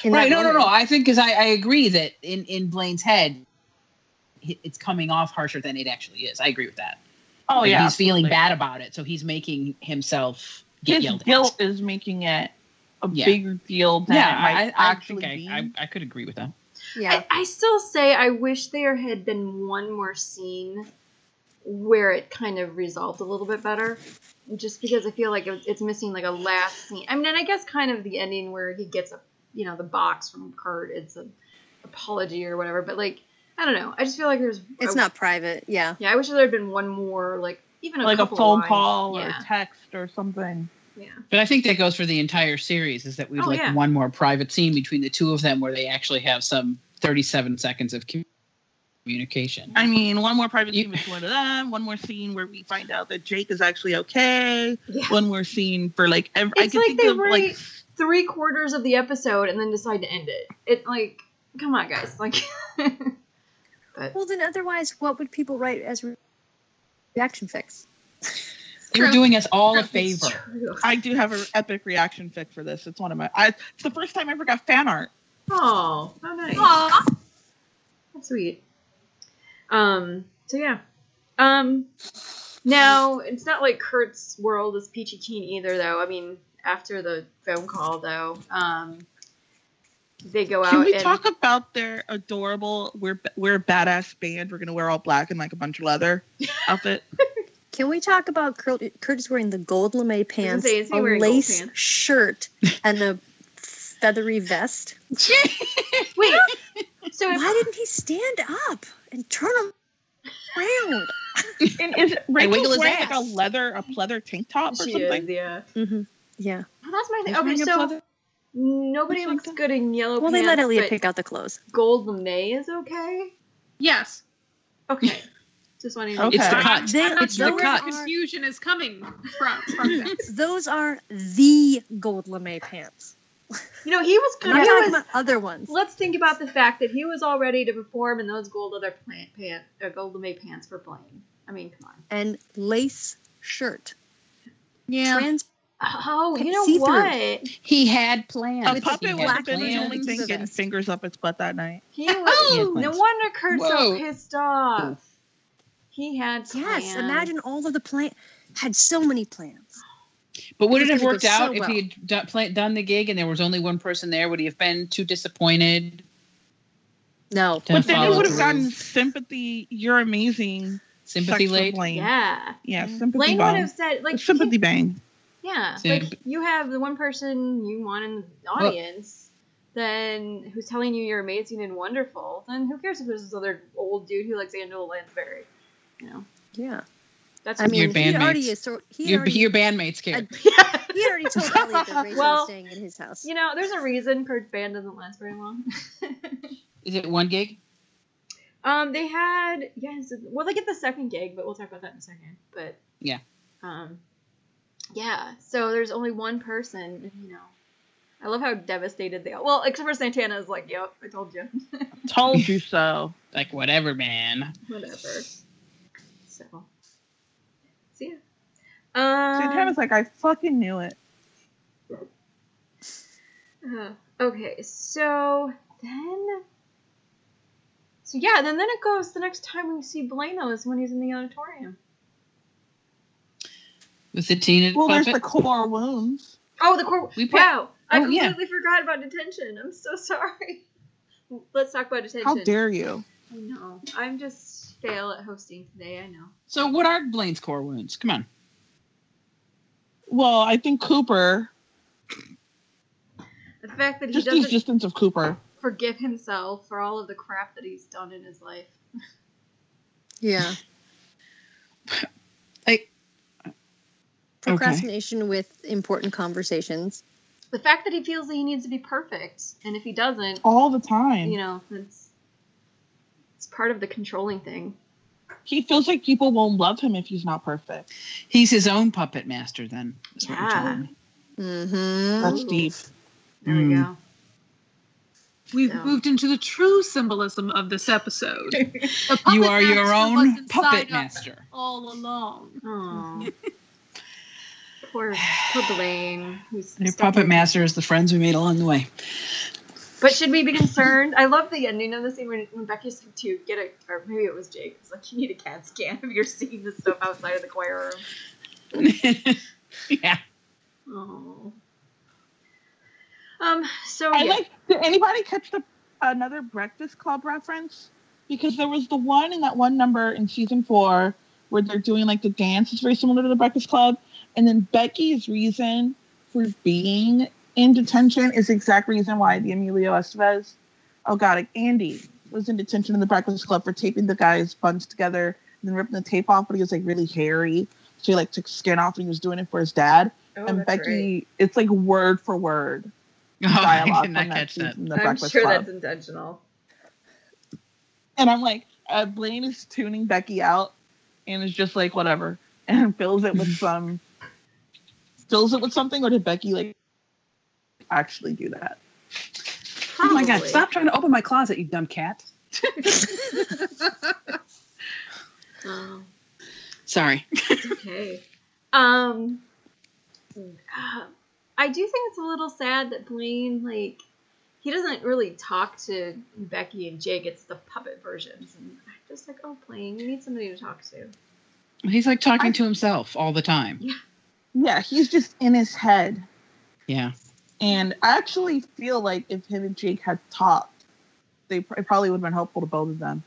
in right? that No, no, no. moment. I think because I, I agree that in in Blaine's head, he- it's coming off harsher than it actually is. I agree with that. Oh Like, yeah, he's feeling absolutely. bad about it, so he's making himself get His yelled guilt is making it a Yeah. bigger deal at. than Yeah, it might I, I actually think I, be. I I could agree with that. yeah I, I still say I wish there had been one more scene where it kind of resolved a little bit better. Just because I feel like it- it's missing like a last scene. I mean, and I guess kind of the ending where he gets a you know the box from Kurt. It's an apology or whatever. But like I don't know. I just feel like there's it's I- not private yeah Yeah, I wish there had been one more like even a like a couple of phone lines. call or Yeah, text or something. yeah. But I think that goes for the entire series is that we'd Oh, like yeah. one more private scene between the two of them where they actually have some 37 seconds of commu- communication. I mean, one more private You- scene with one of them, one more scene where we find out that Jake is actually okay, Yeah. one more scene for like every. I It's can like think they of write- like Three quarters of the episode and then decide to end it. It like come on guys like. Well, then otherwise, what would people write as re- reaction fix? You're doing us all a It's favor. true. I do have an epic reaction fic for this. It's one of my. I, it's the first time I ever got fan art. Oh, how nice. That's sweet. Um, so yeah. Um, now it's not like Kurt's world is peachy keen either, though. I mean, after the phone call, though, um, they go out. Can we and, talk about their adorable? We're we're a badass band. We're gonna wear all black and like a bunch of leather outfit. Can we talk about Kurt, Curtis wearing the gold lame pants, say, is he a wearing gold lace pants? shirt, and a feathery vest? Wait. so Why if, didn't he stand up and turn round. And is Rachel wiggle wearing his like a ass. leather a pleather tank top or She something? is, yeah. hmm Yeah. Oh, that's my thing. Is Okay, wearing a so pleather- nobody Something like looks good in yellow Well, they pants. let Elliot but pick out the clothes. Gold lame is okay. Yes. Okay. Just wanting to Okay. It's the I'm- cut. They- I'm not it's sure the where cut. the confusion is coming from. from that. Those are the gold lame pants. You know, he was And good. I'm He talking was, about other ones. let's think about the fact that he was all ready to perform in those gold leather plant pants or gold lame pants for Blaine. I mean, come on. And lace shirt. Yeah. Trans- Oh, you know See-through. what? He had plans. A With puppet would black have been his only hands. thing getting fingers up its butt that night. He was. Yeah, no plans. wonder Kurt's Whoa. so pissed off. He had plans. Yes, imagine all of the plant had so many plants. But would It's it have gonna go worked so out if well. he had done, play, done the gig and there was only one person there? Would he have been too disappointed? No. Didn't but then it follow would have through? gotten sympathy. You're amazing. sympathy sex for late. Blaine. Yeah, Yeah. sympathy Blaine would bomb. have said like sympathy bang. he- yeah, Same. like you have the one person you want in the Well- audience, then who's telling you you're amazing and wonderful. Then who cares if there's this other old dude who likes Angela Lansbury? You know, Yeah. that's I just- Your mean, he already bandmates. is. So he Your, already your bandmates care. yeah. He already told Elliot that Rachel Well, was staying at his house. You know, there's a reason Kurt's band doesn't last very long. Is it one gig? um, they had yes, well they get the second gig, but we'll talk about that in a second. But Yeah. um, yeah. So there's only one person, you know. I love how devastated they are. Well, except for Santana is like, "Yep, I told you." Told you so. Like whatever, man. Whatever. So, see ya. Um, Santana's like, I fucking knew it. Uh, okay, so then, so yeah, then then it goes. The next time we see Blano is when he's in the auditorium. Was the teen at Well, there's puppet? the core wounds. Oh, the court. We put- wow, I oh, yeah. completely forgot about detention. I'm so sorry. Let's talk about detention. How dare you? I know. I'm just fail at hosting today. I know. so what are Blaine's core wounds? Come on. Well, I think Cooper. The fact that he Just the doesn't existence of Cooper. forgive himself for all of the crap that he's done in his life. Yeah. I- Procrastination with important conversations. The fact that he feels that he needs to be perfect, and if he doesn't, All the time. you know, it's it's part of the controlling thing. He feels like people won't love him if he's not perfect. He's his own puppet master. Then. Is what you're Yeah. telling me. Mm-hmm. That's deep. There we Mm. go. We've Yeah. moved into the true symbolism of this episode. The You puppet are your master was own inside puppet us master. all along. Aw. poor, poor Blaine. Who's Your stuck puppet in- master is the friends we made along the way. But should we be concerned? I love the ending of the scene when, when Becky's like, to get a, or maybe it was Jake. It's like, you need a CAT scan if you're seeing this stuff outside of the choir Oh, yeah. room. Oh. Um, so I yeah. like. Did anybody catch the another Breakfast Club reference? Because there was the one in that one number in season four where they're doing like the dance. It's very similar to the Breakfast Club, and then Becky's reason for being in detention is the exact reason why the Emilio Estevez, oh god, like Andy was in detention in the Breakfast Club for taping the guy's buns together and then ripping the tape off, but he was like really hairy, so he like took skin off and he was doing it for his dad. Oh, and that's right. um, Becky, it's like word for word Oh, I dialogue did from not that catch scene that. from the I'm Breakfast sure Club. that's intentional. And I'm like, uh, Blaine is tuning Becky out and is just like, whatever, and fills it with some, fills it with something, or did Becky like actually do that? Oh my god! Probably. Stop trying to open my closet, you dumb cat. Oh. Sorry. okay. Um, uh, I do think it's a little sad that Blaine, like, he doesn't really talk to Becky and Jake. It's the puppet versions, and I'm just like, oh, Blaine, you need somebody to talk to. He's like talking to himself all the time. Yeah, he's just in his head. Yeah. And I actually feel like if him and Jake had talked, they pr- it probably would have been helpful to both of them.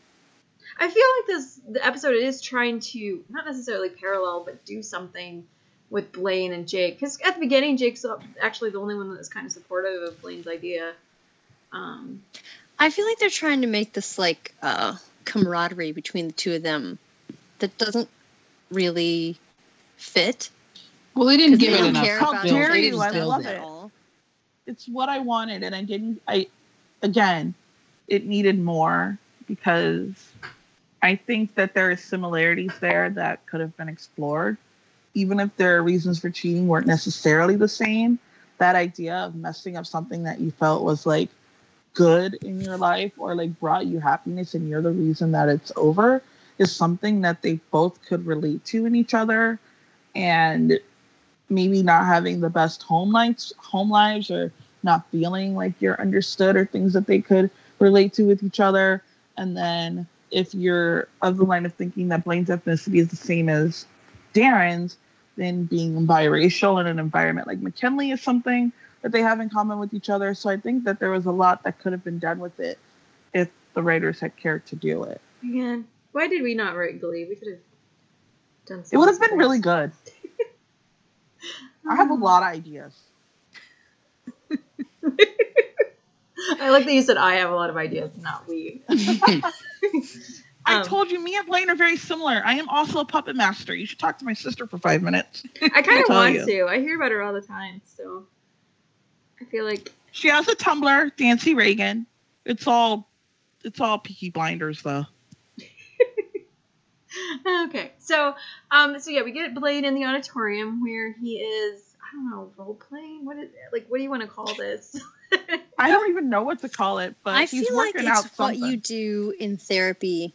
I feel like this the episode is trying to not necessarily parallel, but do something with Blaine and Jake. Because at the beginning, Jake's actually the only one that was kind of supportive of Blaine's idea. Um, I feel like they're trying to make this like uh camaraderie between the two of them that doesn't really fit. Well, they didn't 'cause give they it don't enough. care How about dare they you, just I build love at it. all. it's what I wanted, and I didn't. I again, it needed more because I think that there are similarities there that could have been explored, even if their reasons for cheating weren't necessarily the same. That idea of messing up something that you felt was like good in your life or like brought you happiness, and you're the reason that it's over, is something that they both could relate to in each other, and maybe not having the best home lives home lives or not feeling like you're understood or things that they could relate to with each other and then if you're of the line of thinking that blaine's ethnicity is the same as darren's then being biracial in an environment like mckinley is something that they have in common with each other so i think that there was a lot that could have been done with it if the writers had cared to do it Man, why did we not write Glee? We could have done. it would have been something. really good i have a lot of ideas I like that you said I have a lot of ideas, not we. I Um, told you, me and Blaine are very similar. I am also a puppet master. You should talk to my sister for five minutes. I kind I'll of tell want you. to. I hear about her all the time, so I feel like She has a Tumblr, Dancy Reagan. It's all, it's all Peaky Blinders though. okay. So, um, so yeah, we get Blade in the auditorium where he is. I don't know, role playing. What is like? What do you want to call this? I don't even know what to call it, but I he's feel like working it's out what something. you do in therapy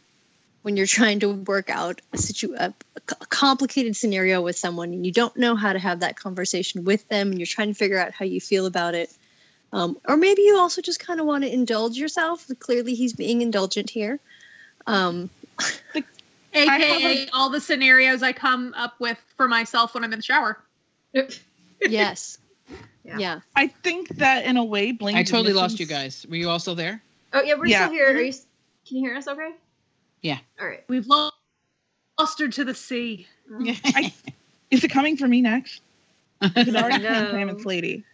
when you're trying to work out a, situ- a, a co- complicated scenario with someone and you don't know how to have that conversation with them and you're trying to figure out how you feel about it. Um, or maybe you also just kind of want to indulge yourself. Clearly, he's being indulgent here. Um, AKA all the scenarios I come up with for myself when I'm in the shower. Oh, yes. Yeah. yeah. I think that in a way, Blaine. I totally lost you guys. Were you also there? oh yeah, we're Yeah. still here. Are you? s- Can you hear us? Okay. Yeah. All right. We've lo- lost her to the sea. Is it coming for me next? You can already No. claim it's lady.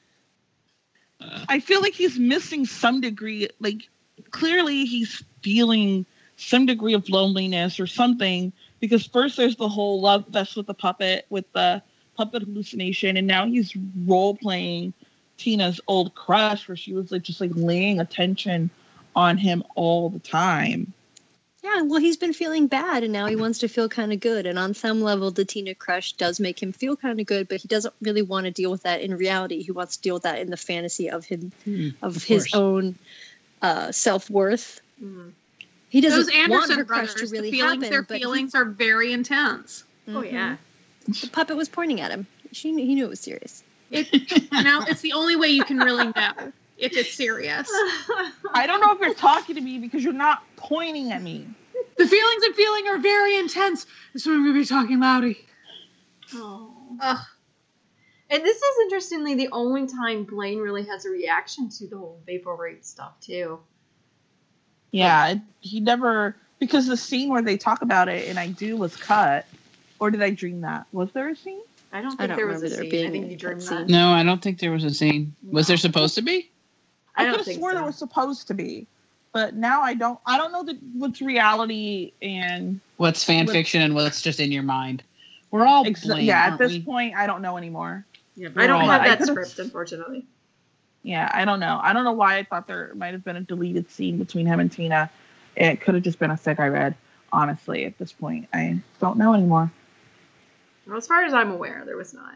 I feel like he's missing some degree. Like clearly, he's feeling some degree of loneliness or something. Because first, there's the whole love fest with the puppet, with the puppet hallucination, and now he's role playing Tina's old crush, where she was like just like laying attention on him all the time. Yeah, well, he's been feeling bad and now he wants to feel kind of good. And on some level, the Tina crush does make him feel kind of good, but he doesn't really want to deal with that in reality. He wants to deal with that in the fantasy of him, Hmm, of, of his course. own uh, self worth. Mm. He doesn't Those want Anderson her crush brothers, to really the feelings, happen. their but he- feelings are very intense. Oh Mhm. yeah. the puppet was pointing at him. She knew, he knew it was serious. now it's the only way you can really know if it's serious. I don't know if you're talking to me because you're not pointing at me. The feelings I'm feeling are very intense. That's why I'm gonna be talking loudy. Oh. Ugh. And this is interestingly the only time Blaine really has a reaction to the whole vapor rape stuff too. Yeah, it- he never because the scene where they talk about it and I do was cut. Or did I dream that? Was there a scene? I don't think I don't there was a remember scene. I there being think any you dreamed cut that. scene. No, I don't think there was a scene. Was No. there supposed to be? I could don't have think swore so. there was supposed to be, but now I don't. I don't know the, what's reality and What's fan What- fiction and what's just in your mind? We're all ex- blamed, yeah. At aren't this we? point, I don't know anymore. Yeah, I don't Right. have I that could've- script, unfortunately. Yeah, I don't know. I don't know why I thought there might have been a deleted scene between him and Tina. It could have just been a sec I read. Honestly, at this point, I don't know anymore. Well, as far as I'm aware, there was not.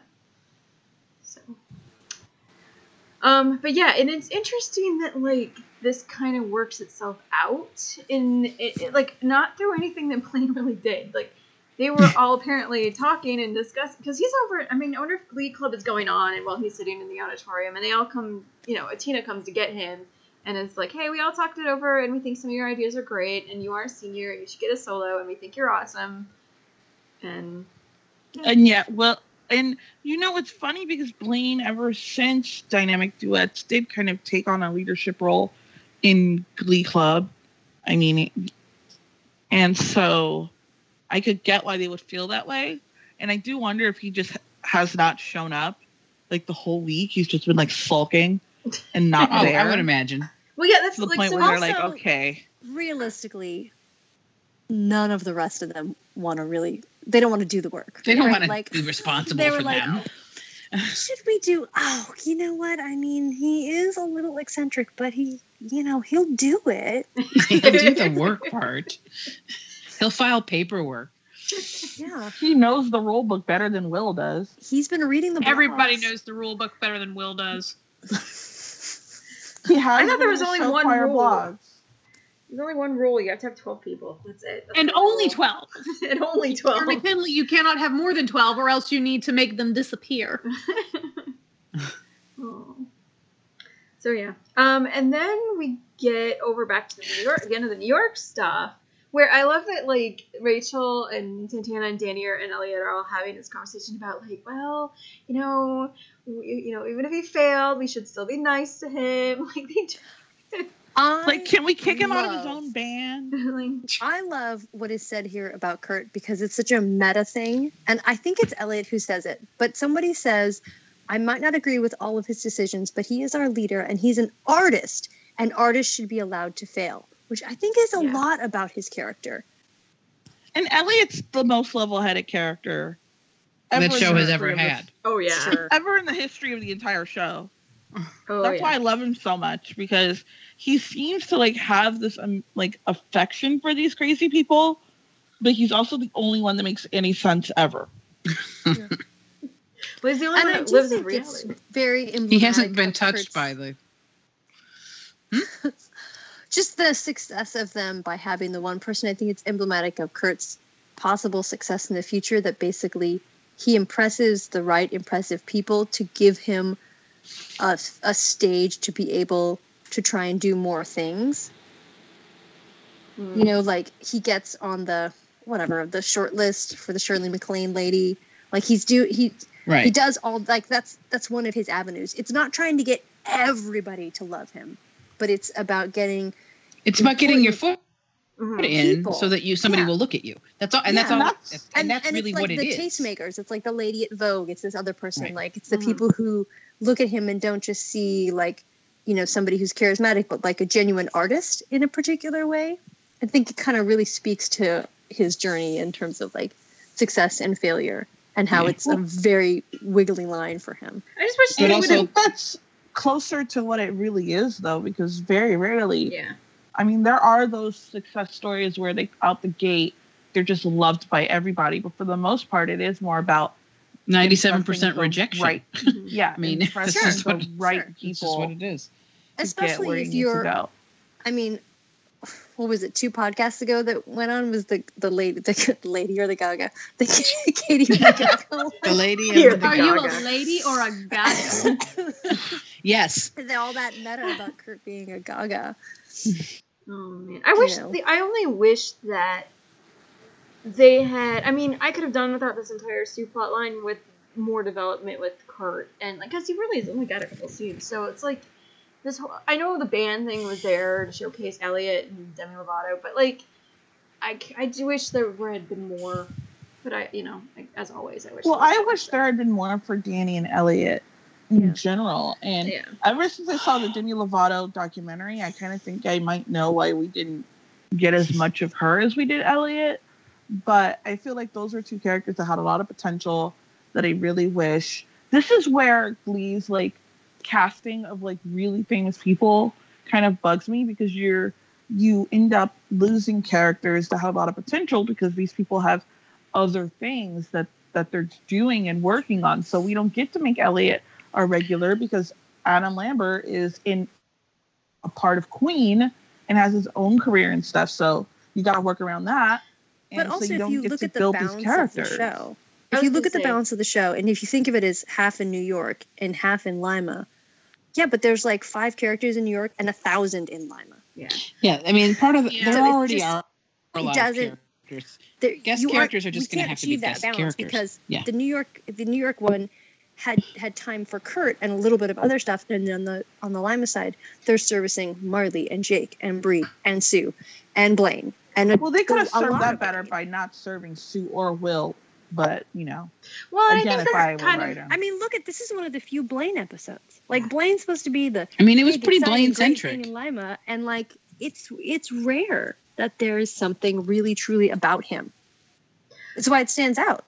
So, um, but yeah, and it's interesting that like this kind of works itself out in it, it- like not through anything that Blaine really did. Like they were all apparently talking and discussing because he's over. I mean, I wonder if Glee Club is going on, and while he's sitting in the auditorium, and they all come. You know, Atina comes to get him. And it's like, hey, we all talked it over, and we think some of your ideas are great, and you are a senior, and you should get a solo, and we think you're awesome. And And yeah, well, and you know it's funny because Blaine, ever since Dynamic Duets, did kind of take on a leadership role in Glee Club. I mean, and so I could get why they would feel that way. And I do wonder if he just has not shown up like the whole week. He's just been like sulking and not Oh, there. I would imagine. Well, yeah, that's to the like point so where they're also- like, also- okay, Realistically, none of the rest of them want to really. They don't want to do the work. They don't right? want to like be responsible they were for like, them. should we do oh you know what i mean he is a little eccentric but he you know he'll do it He'll do the work part. He'll file paperwork. yeah She knows the rule book better than Will does. he's been reading the Everybody blogs. knows the rule book better than Will does. He has I thought it there in was his only show one choir rule. blogs. There's only one rule. You have to have 12 people. That's it. That's And the only rule. 12. and only 12. For McKinley, you cannot have more than 12 or else you need to make them disappear. Oh. So yeah. Um, and then we get over back to the New York again to the New York stuff, where I love that like Rachel and Santana and Danny are- and Elliot are all having this conversation about like, well, you know, we, you know, even if he failed, we should still be nice to him. Like they just, I, Like, can we kick him out of his love- own band? like I love what is said here about Kurt because it's such a meta thing. And I think it's Elliot who says it, but somebody says, I might not agree with all of his decisions, but he is our leader and he's an artist, and artists should be allowed to fail, which I think is a Yeah. lot about his character. And Elliot's the most level-headed character That ever in show the has history ever of the- had. oh yeah, Sure. ever in the history of the entire show. oh That's yeah. why I love him so much because he seems to like have this um, like affection for these crazy people, but he's also the only one that makes any sense ever. But he's the only And one I that do lives in think it's reality. very He hasn't emblematic been of touched Kurt's- by the. just the success of them by having the one person i think it's emblematic of kurt's possible success in the future that basically he impresses the right impressive people to give him a, a stage to be able to try and do more things you know like he gets on the whatever the short list for the shirley maclaine lady like he's do he he Right. does all like that's that's one of his avenues it's not trying to get everybody to love him but it's about getting It's about getting your foot Mhm. in People. so that you somebody Yeah. will look at you. That's all. And that's Yeah. all. And that's- that's- and, that's really it's like what it the is. tastemakers. It's like the lady at Vogue. It's this other person. Right. Like it's the Mhm. people who look at him and don't just see like you know somebody who's charismatic, but like a genuine artist in a particular way. I think it kind of really speaks to his journey in terms of like success and failure, and how Yeah. it's a very wiggly line for him. I just wish But they also- would. think that's closer to what it really is though, because very rarely, Yeah. I mean, there are those success stories where they out the gate they're just loved by everybody, but for the most part, it is more about Ninety-seven impressing percent the rejection. Right. Mm-hmm. Mhm. Yeah. I mean, this impressing is what- the right sure. This is people what it is. to get where Especially if you need to you're go. I mean, what was it? Two podcasts ago that went on was the the lady, the, lady or the Gaga, the Katie or the Gaga. one. The lady. Here. And the, Are you a Gaga. lady or a guy? yes. And all that meta about Kurt being a Gaga. Oh man, I wish know. the, I only wish that they had. I mean, I could have done without this entire Sue plot line with more development with Kurt, and like, cause he really has only got a couple scenes, so it's like this whole. I know the band thing was there to showcase Elliot and Demi Lovato, but like, I c- I do wish there were- had been more. But I, you know, I, as always, I wish. Well, there was I more wish stuff. there had been more for Danny and Elliot in Yeah. general. And Yeah. ever since I saw the Demi Lovato documentary, I kind of think I might know why we didn't get as much of her as we did Elliot. But I feel like those were two characters that had a lot of potential that I really wish. This is where Glee's like casting of like really famous people kind of bugs me because you're you end up losing characters that have a lot of potential because these people have other things that that they're doing and working on. So we don't get to make Elliot a regular because Adam Lambert is in a part of Queen and has his own career and stuff. So you got to work around that. But And so also, you if don't you get look to at the build these balance of the characters. show, I if you was look gonna at the say- balance of the show, and if you think of it as half in New York and half in Lima, yeah, but there's like five characters in New York and a thousand in Lima. Yeah. Yeah. I mean, part of the, Yeah. there So it already just- are a it lot doesn't- of characters. There, Guest you characters are just we gonna can't have to be achieve that guest balance characters. because Yeah. the New York the New York one had had time for Kurt and a little bit of other stuff, and on the on the Lima side, they're servicing Marley and Jake and Bree and Sue and Blaine and a- Well, they could have a lot served that of better it. by not serving Sue or Will, but you know, Well, and I again, think if I were that's kind of. writer. I mean, look at this is one of the few Blaine episodes. Like Blaine's supposed to be the I mean, it was big, pretty exciting, Blaine great thing centric. in Lima, and like it's it's rare that there is something really truly about him. That's why it stands out.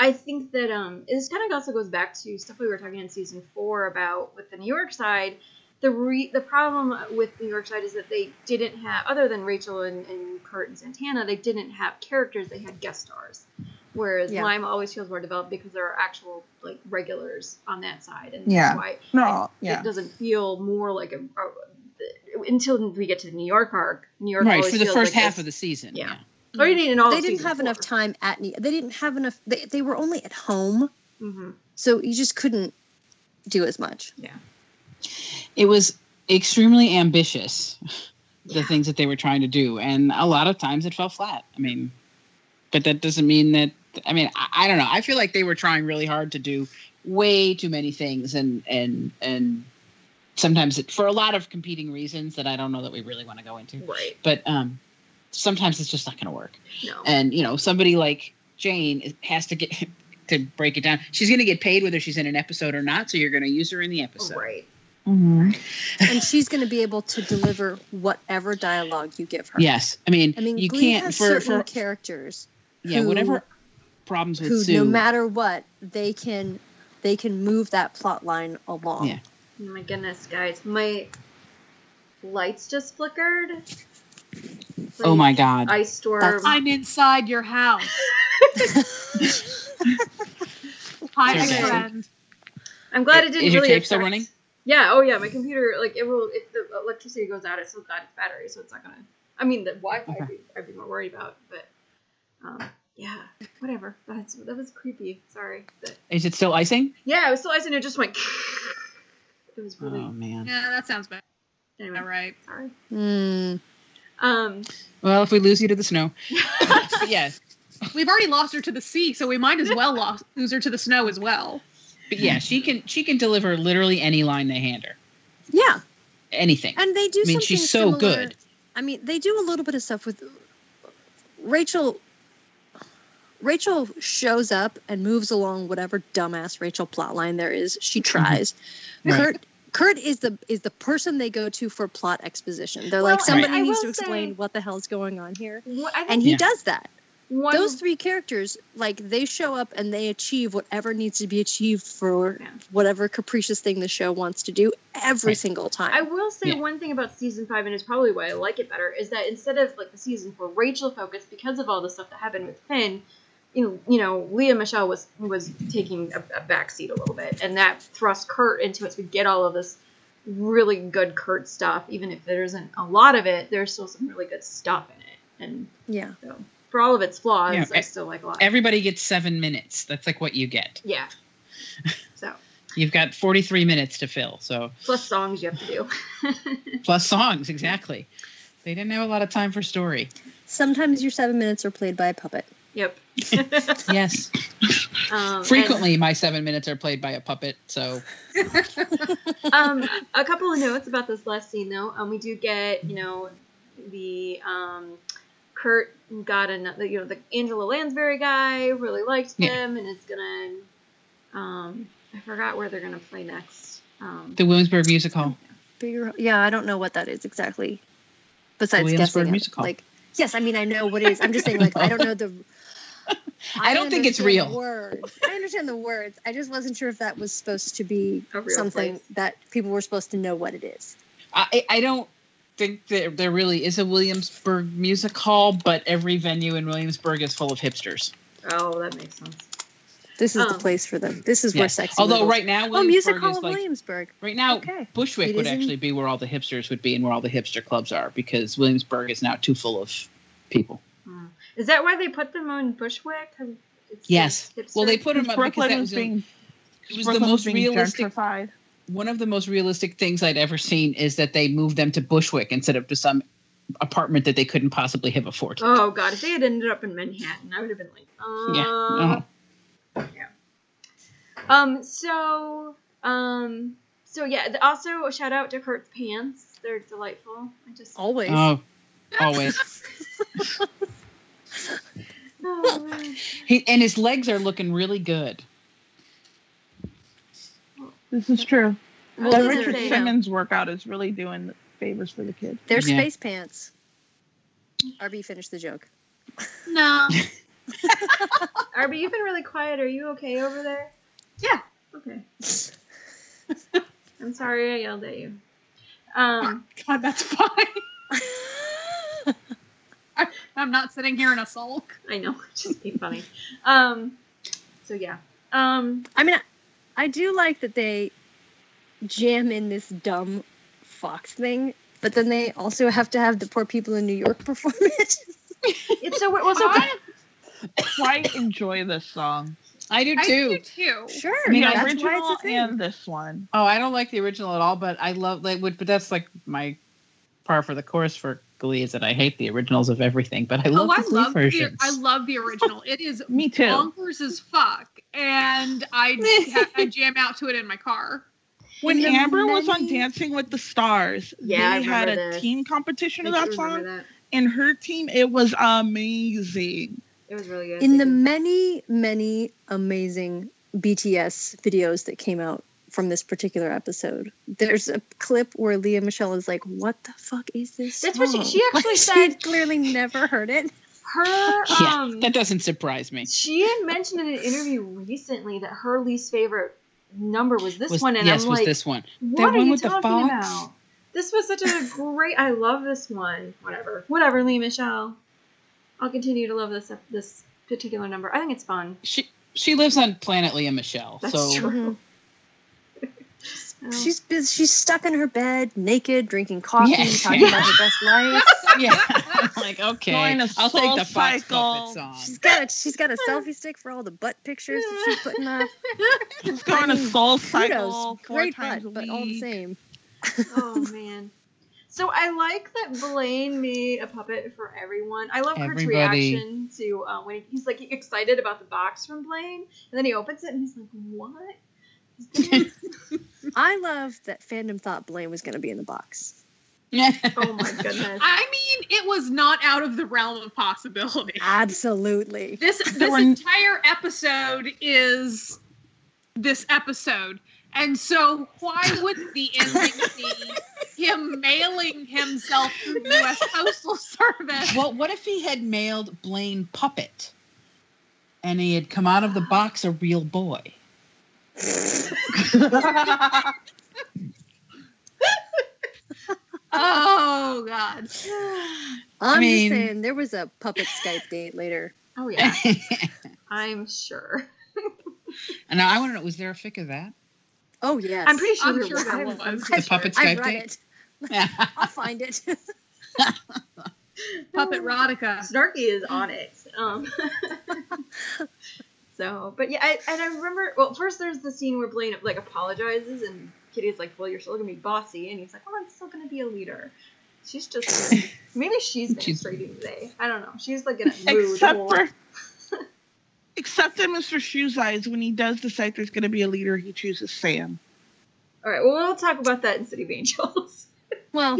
I think that um, this kind of also goes back to stuff we were talking in season four about with the New York side. The re- the problem with New York side is that they didn't have, other than Rachel and, and Kurt and Santana, they didn't have characters. They had guest stars. Whereas Yeah. Lime always feels more developed because there are actual like regulars on that side, and Yeah. that's why No, yeah. it doesn't feel more like a, a- until we get to the New York arc. New York right always for the feels first like half this- of the season. Yeah. Or even in all They of didn't season have enough four. time at Ne- they didn't have enough they, they were only at home, Mhm. so you just couldn't do as much. It was extremely ambitious Yeah. the things that they were trying to do, and a lot of times it fell flat. I mean, but that doesn't mean that. I mean, I, I don't know. I feel like they were trying really hard to do way too many things, and and and sometimes it, for a lot of competing reasons that I don't know that we really want to go into. Right. But um, sometimes it's just not going to work. No. and you know somebody like jane is- has to get to break it down she's going to get paid whether she's in an episode or not so you're going to use her in the episode Right. and she's going to be able to deliver whatever dialogue you give her. yes i mean, I mean, you Glee can't has for, certain for characters yeah who- whatever problems with who, sue no matter what, they can they can move that plot line along. Yeah. Oh my goodness, guys, my lights just flickered. oh my god Ice storm. That's- I'm inside your house. Hi, my Sorry, guys. friend. I'm glad it didn't is your really. tape still affect- running? Yeah. Oh yeah, my computer. Like it will. If the electricity goes out, it's still got its battery, so it's not gonna. I mean, the Wi-Fi. I'd, be, I'd be more worried about, but um, yeah, whatever. That's that was creepy. Sorry. But, is it still icing yeah, I was still icing. It just went. It was really. oh man Yeah, that sounds bad. anyway, All right. sorry. Mm. Um. well if we lose you to the snow But yeah We've already lost her to the sea, so we might as well lost, lose her to the snow as well. but yeah she can she can deliver literally any line they hand her Yeah, anything and they do. I mean, something she's so similar- good. I mean, they do a little bit of stuff with Rachel. Rachel shows up and moves along whatever dumbass Rachel plotline there is. She tries. Mm-hmm. Right. Kurt Kurt is the is the person they go to for plot exposition. They're Well, like somebody I- I needs will to explain say- what the hell's going on here, What, I think and he Yeah. does that. one, those three characters like they show up and they achieve whatever needs to be achieved for Yeah. whatever capricious thing the show wants to do every Right. single I time will say Yeah. one thing about season five, and it's probably why I like it better, is that instead of like the season four Rachel focus because of all the stuff that happened with Finn, you know, you know, Leah Michelle was was taking a, a backseat a little bit, and that thrust Kurt into it. So we get all of this really good Kurt stuff, even if there isn't a lot of it. There's still some really good stuff in it, and yeah so for all of its flaws, Yeah, I e- still like a lot. everybody gets seven minutes that's like what you get yeah. So you've got 43 minutes to fill so plus songs you have to do. plus songs exactly they didn't have a lot of time for story sometimes your seven minutes are played by a puppet yep. yes Um, and- frequently my seven minutes are played by a puppet so um, a couple of notes about this last scene, though. Um, we do get, you know, the um, Kurt got another, you know, the Angela Lansbury guy really liked Yeah. him, and it's gonna. Um, I forgot where they're gonna play next. Um, the williamsburg music hall bigger yeah i don't know what that is exactly besides Williamsburg guessing it. Music Hall. like yes i mean i know what it is i'm just saying like i don't know the I don't think it's understand real. words. i understand the words i just wasn't sure if that was supposed to be A real something place. that people were supposed to know what it is i, I don't think there, there really is a williamsburg music hall but every venue in williamsburg is full of hipsters oh, that makes sense. this is the Um, place for them this is Yeah. where sex although right now Oh, Music williamsburg Hall is of like Williamsburg. right now Okay. bushwick It would is in- actually be where all the hipsters would be and where all the hipster clubs are because williamsburg is now too full of people Hmm. Is that why they put them on Bushwick? 'Cause it's Yes. hipster? well they put them up because Brooklyn that was was, the- being it was the Brooklyn most being realistic gentrified. one of the most realistic things I'd ever seen is that they moved them to Bushwick instead of to some apartment that they couldn't possibly have afforded. Oh god, if they had ended up in Manhattan, I would have been like, uh, Yeah, Uh-huh. no. Um. So. Um. So yeah. th- Also, a shout out to Kurt's pants. They're delightful. I just. Oh, Always. Oh, always. oh, man. he, and his legs are looking really good. This is true. I was Well, The gonna these are Richard say, damn. Simmons workout is really doing favors for the kid. They're Yeah. space pants. RB finished the joke. No. Arby, you've been really quiet. Are you okay over there? Yeah. Okay. I'm sorry I yelled at you. Um, God, that's fine. I, I'm not sitting here in a sulk. I know, it's just being funny. Um, so yeah. Um, I mean, I- I do like that they jam in this dumb Fox thing, but then they also have to have the poor people in New York perform it. it's so weird. Well, so I, Quite enjoy this song. I do I too. do too. sure, I mean, that's why original it's a thing. and this one. Oh, I don't like the original at all, but I love like would but that's like my par for the course for Glee is that I hate the originals of everything, but I love Oh, I the Glee love the versions. I love the original. It is Me too. bonkers as fuck, and I ha- I jam out to it in my car. when the Amber was on many- Dancing with the Stars, Yeah, I they had a remember this. team competition of I that do song, remember that. and her team it was amazing. It was really good. in the They did- many, many amazing BTS videos that came out from this particular episode, there's a clip where Leah Michelle is like, "What the fuck is this?" That's what she- song?" she actually Like, said- She clearly never heard it. her Yeah, um, that doesn't surprise me. she had mentioned in an interview recently that her least favorite number was this Was- one, and yes, I'm was like, this one. what that are one you with the talking fox? about? This was such a great. I love this one. Whatever, whatever, Lee Michelle. I'll continue to love this this particular number. I think it's fun. She she lives on planet Leah Michelle. That's so true. Mhm. Oh. She's bus- she's stuck in her bed, naked, drinking coffee, Yes. talking about her best life. yeah, I'm like okay, Going to I'll take Soul the Fox Cycle. Puppet song. She's got a, she's got a selfie stick for all the butt pictures that she's putting up. Just going to I mean, Soul Kudos, Cycle four great times butt, a but week. all the same. oh man. So I like that Blaine made a puppet for everyone. I love Kurt's Everybody. reaction to uh, when he, he's like excited about the box from Blaine, and then he opens it and he's like, "What?" is this?" I love that fandom thought Blaine was going to be in the box. oh my goodness! I mean, it was not out of the realm of possibility. Absolutely. This There this were- entire episode is this episode. And so why wouldn't the ending be him mailing himself to the US Postal Service? well, what if he had mailed Blaine Puppet, and he had come out of the box a real boy? Oh god. I'm mean- just saying there was a puppet Skype date later. oh yeah, and I'm sure. now I want to know: was there a fic of that? Oh yes. I'm pretty sure, I'm there sure there was. was. The puppet I Skype read date? it. Yeah. I'll find it. Puppet Rodica. Snarky is on it. Um, so, but yeah, I, and I remember. Well, first there's the scene where Blaine like apologizes, and Kitty's like, "Well, you're still gonna be bossy," and he's like, "Well, I'm still gonna be a leader." She's just maybe she's She's- menstruating today. I don't know. She's like in a mood. Except or- for except in Mr. Shoes Eyes, when he does decide there's gonna be a leader, he chooses Sam. All right. Well, we'll talk about that in City of Angels. well,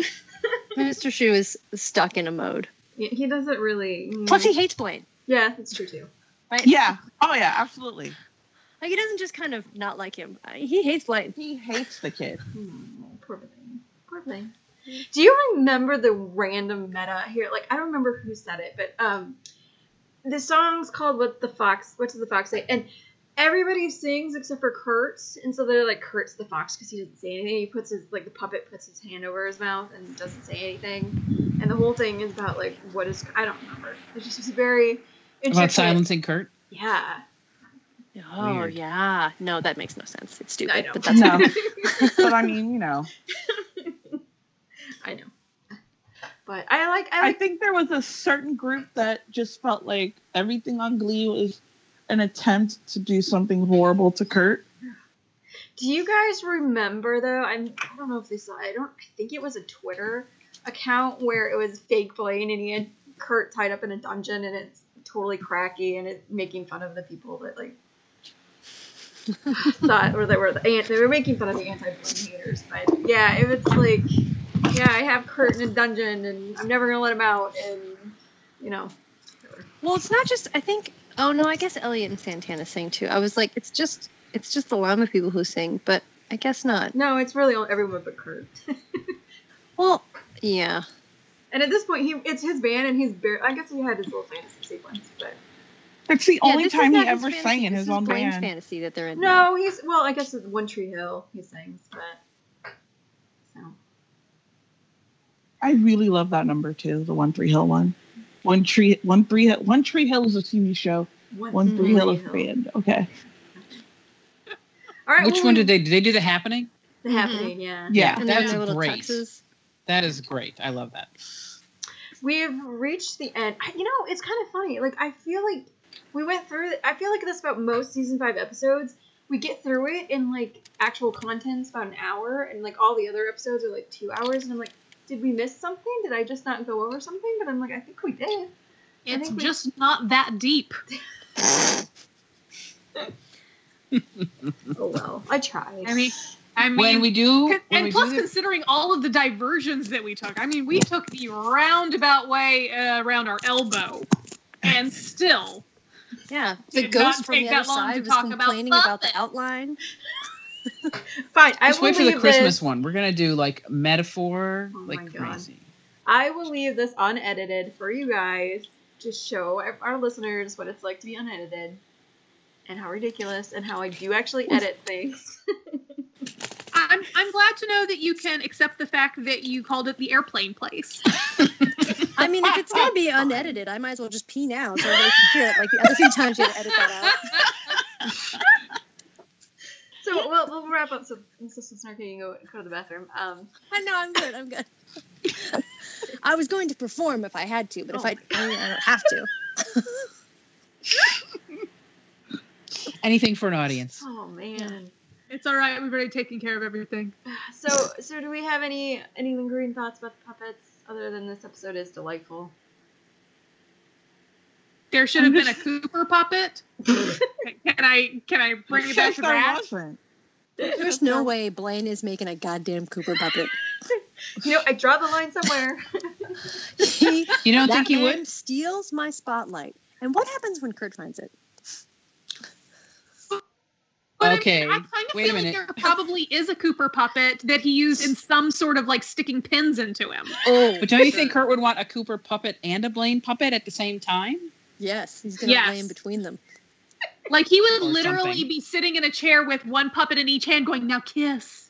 Mr. Shu is stuck in a mode. Yeah, he doesn't really. mm, Plus, he hates Blaine. yeah, that's true too. Right? Yeah. Oh yeah, absolutely. Like he doesn't just kind of not like him. Uh, He hates Blaine. He hates the kid. Hmm, poor Blaine. Poor Blaine. Do you remember the random meta here? Like I don't remember who said it, but um, the song's called "What the Fox." What does the fox say? And everybody sings except for Kurt, and so they're like, "Kurt's the fox" because he doesn't say anything. He puts his like the puppet puts his hand over his mouth and doesn't say anything. And the whole thing is about like what is I don't remember. It just was very About intricate. silencing Kurt. Yeah, Oh Weird. yeah. No, that makes no sense. It's I stupid. know. But that's No. but I mean, you know. I know. But I like I I like think there was a certain group that just felt like everything on Glee was an attempt to do something horrible to Kurt. Do you guys remember though? I'm I don't know if they saw. I don't. I think it was a Twitter account where it was fake Blaine and he had Kurt tied up in a dungeon and it's totally cracky and it's making fun of the people that like thought or that were the ant. They were making fun of the anti Blaine haters. But yeah, it was like yeah, I have Kurt in a dungeon and I'm never gonna let him out and you know. Well, it's not just. I think. Oh no, I guess Elliot and Santana sing too. I was like, it's just, it's just the llama people who sing, but I guess not. No, it's really all everyone but Kurt. Well, yeah. And at this point, he it's his band, and he's bare. I guess he had his little fantasy sequence, but That's the Yeah, only this is time not he his ever fantasy, sang in this his is own Blaine's band. fantasy that they're in. now. no, he's well. I guess it's One Tree Hill he sings, but so I really love that number too, the One Three Hill one. One Tree One Three Hill One Tree Hill is a TV show. One Mm-hmm. Three Hill is a band. Okay. All right, Which well, one we- did they? Did they do the happening? The Mm-hmm. happening, yeah. Yeah. And That's their little great. tuxes. That is great. I love that. We've reached the end. I, you know, it's kind of funny. Like I feel like we went through. I feel like this about most season five episodes. We get through it in like actual contents about an hour, and like all the other episodes are like two hours. And I'm like, did we miss something? Did I just not go over something? But I'm like, I think we did. It's think we- just not that deep. Oh well, I tried. I mean, I mean, when we do, Con- when and we plus, do the- considering all of the diversions that we took, I mean, we took the roundabout way uh, around our elbow, and still, Yeah, the Did ghost not from take the that other long to side was talk about complaining about, the nothing. outline. fine. I let's will wait for the leave Christmas this. one. We're gonna do like metaphor, Oh my like God. crazy. I will leave this unedited for you guys to show our- our listeners what it's like to be unedited, and how ridiculous, and how I do actually edit things. I'm I'm glad to know that you can accept the fact that you called it the airplane place. I mean, if it's gonna be unedited, I might as well just pee now so everybody can hear it. Like the other few times you had to edit that out. So we'll, we'll wrap up so Mrs. Snarky you can go, go to the bathroom. Um, I know I'm good. I'm good. I was going to perform if I had to, but if Oh I, I, mean, I don't have to. Anything for an audience. oh man. It's all right. We've already taken care of everything. So so do we have any any lingering thoughts about the puppets other than this episode is delightful? There should have been a Cooper puppet. can I can I bring it Yes, back to there that? wasn't. There's no way Blaine is making a goddamn Cooper puppet. You know, I draw the line somewhere. He, You don't that think you man would? steals my spotlight. And what happens when Kurt finds it? But Okay, I, mean, I kind of wait a feel like minute. there probably is a Cooper puppet that he used in some sort of like sticking pins into him. Oh, But don't you think Kurt would want a Cooper puppet and a Blaine puppet at the same time? Yes, he's gonna Yes. lay in between them. Like he would Or literally something. be sitting in a chair with one puppet in each hand, going, "Now kiss."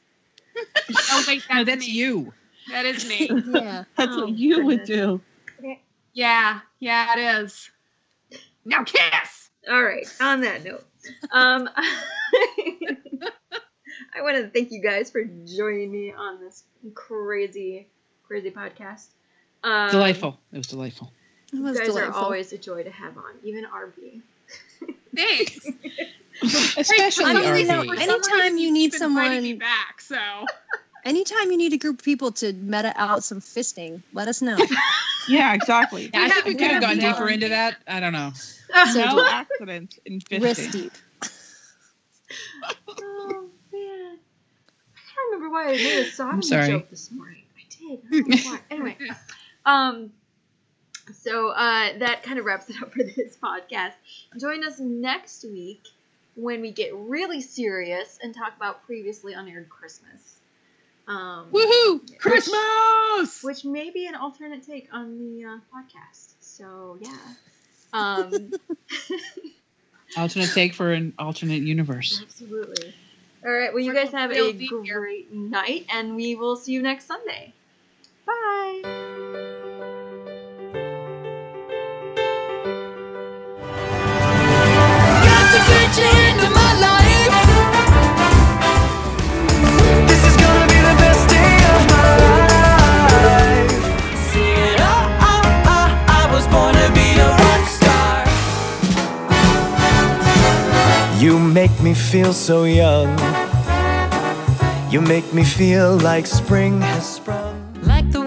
oh wait, that's, no, that's me. you. That is me. Yeah. That's Oh, what you would goodness. do. Yeah, yeah, it is. Now kiss. All right. On that note, um, I want to thank you guys for joining me on this crazy crazy podcast. Um, Delightful. It was delightful. It You was guys delightful. are always a joy to have on, even RB. Thanks. Especially I I'm RV. mean, you only know, here for any- some anytime reason you he's need been inviting me someone- back, so Anytime you need a group of people to meta out some fisting, let us know. Yeah, exactly. I think we We could have have gone no deeper into that. I don't know. no accidents in Wrist fishing. deep. Oh man, I can't remember why I made a sodomy sorry. joke this morning. I did. I don't know why. Anyway, um, so uh, that kind of wraps it up for this podcast. Join us next week when we get really serious and talk about previously unaired Christmas. Um, Woohoo! Christmas. which may be an alternate take on the uh, podcast. So yeah. Um, Alternate take for an alternate universe. Absolutely. All right. Well, you We're guys have a thrilled to be here. great night, and we will see you next Sunday. Bye. This is gonna be the best day of my life. See it, I, I, I, I was born to be a rock star. You make me feel so young. You make me feel like spring has sprung. Like the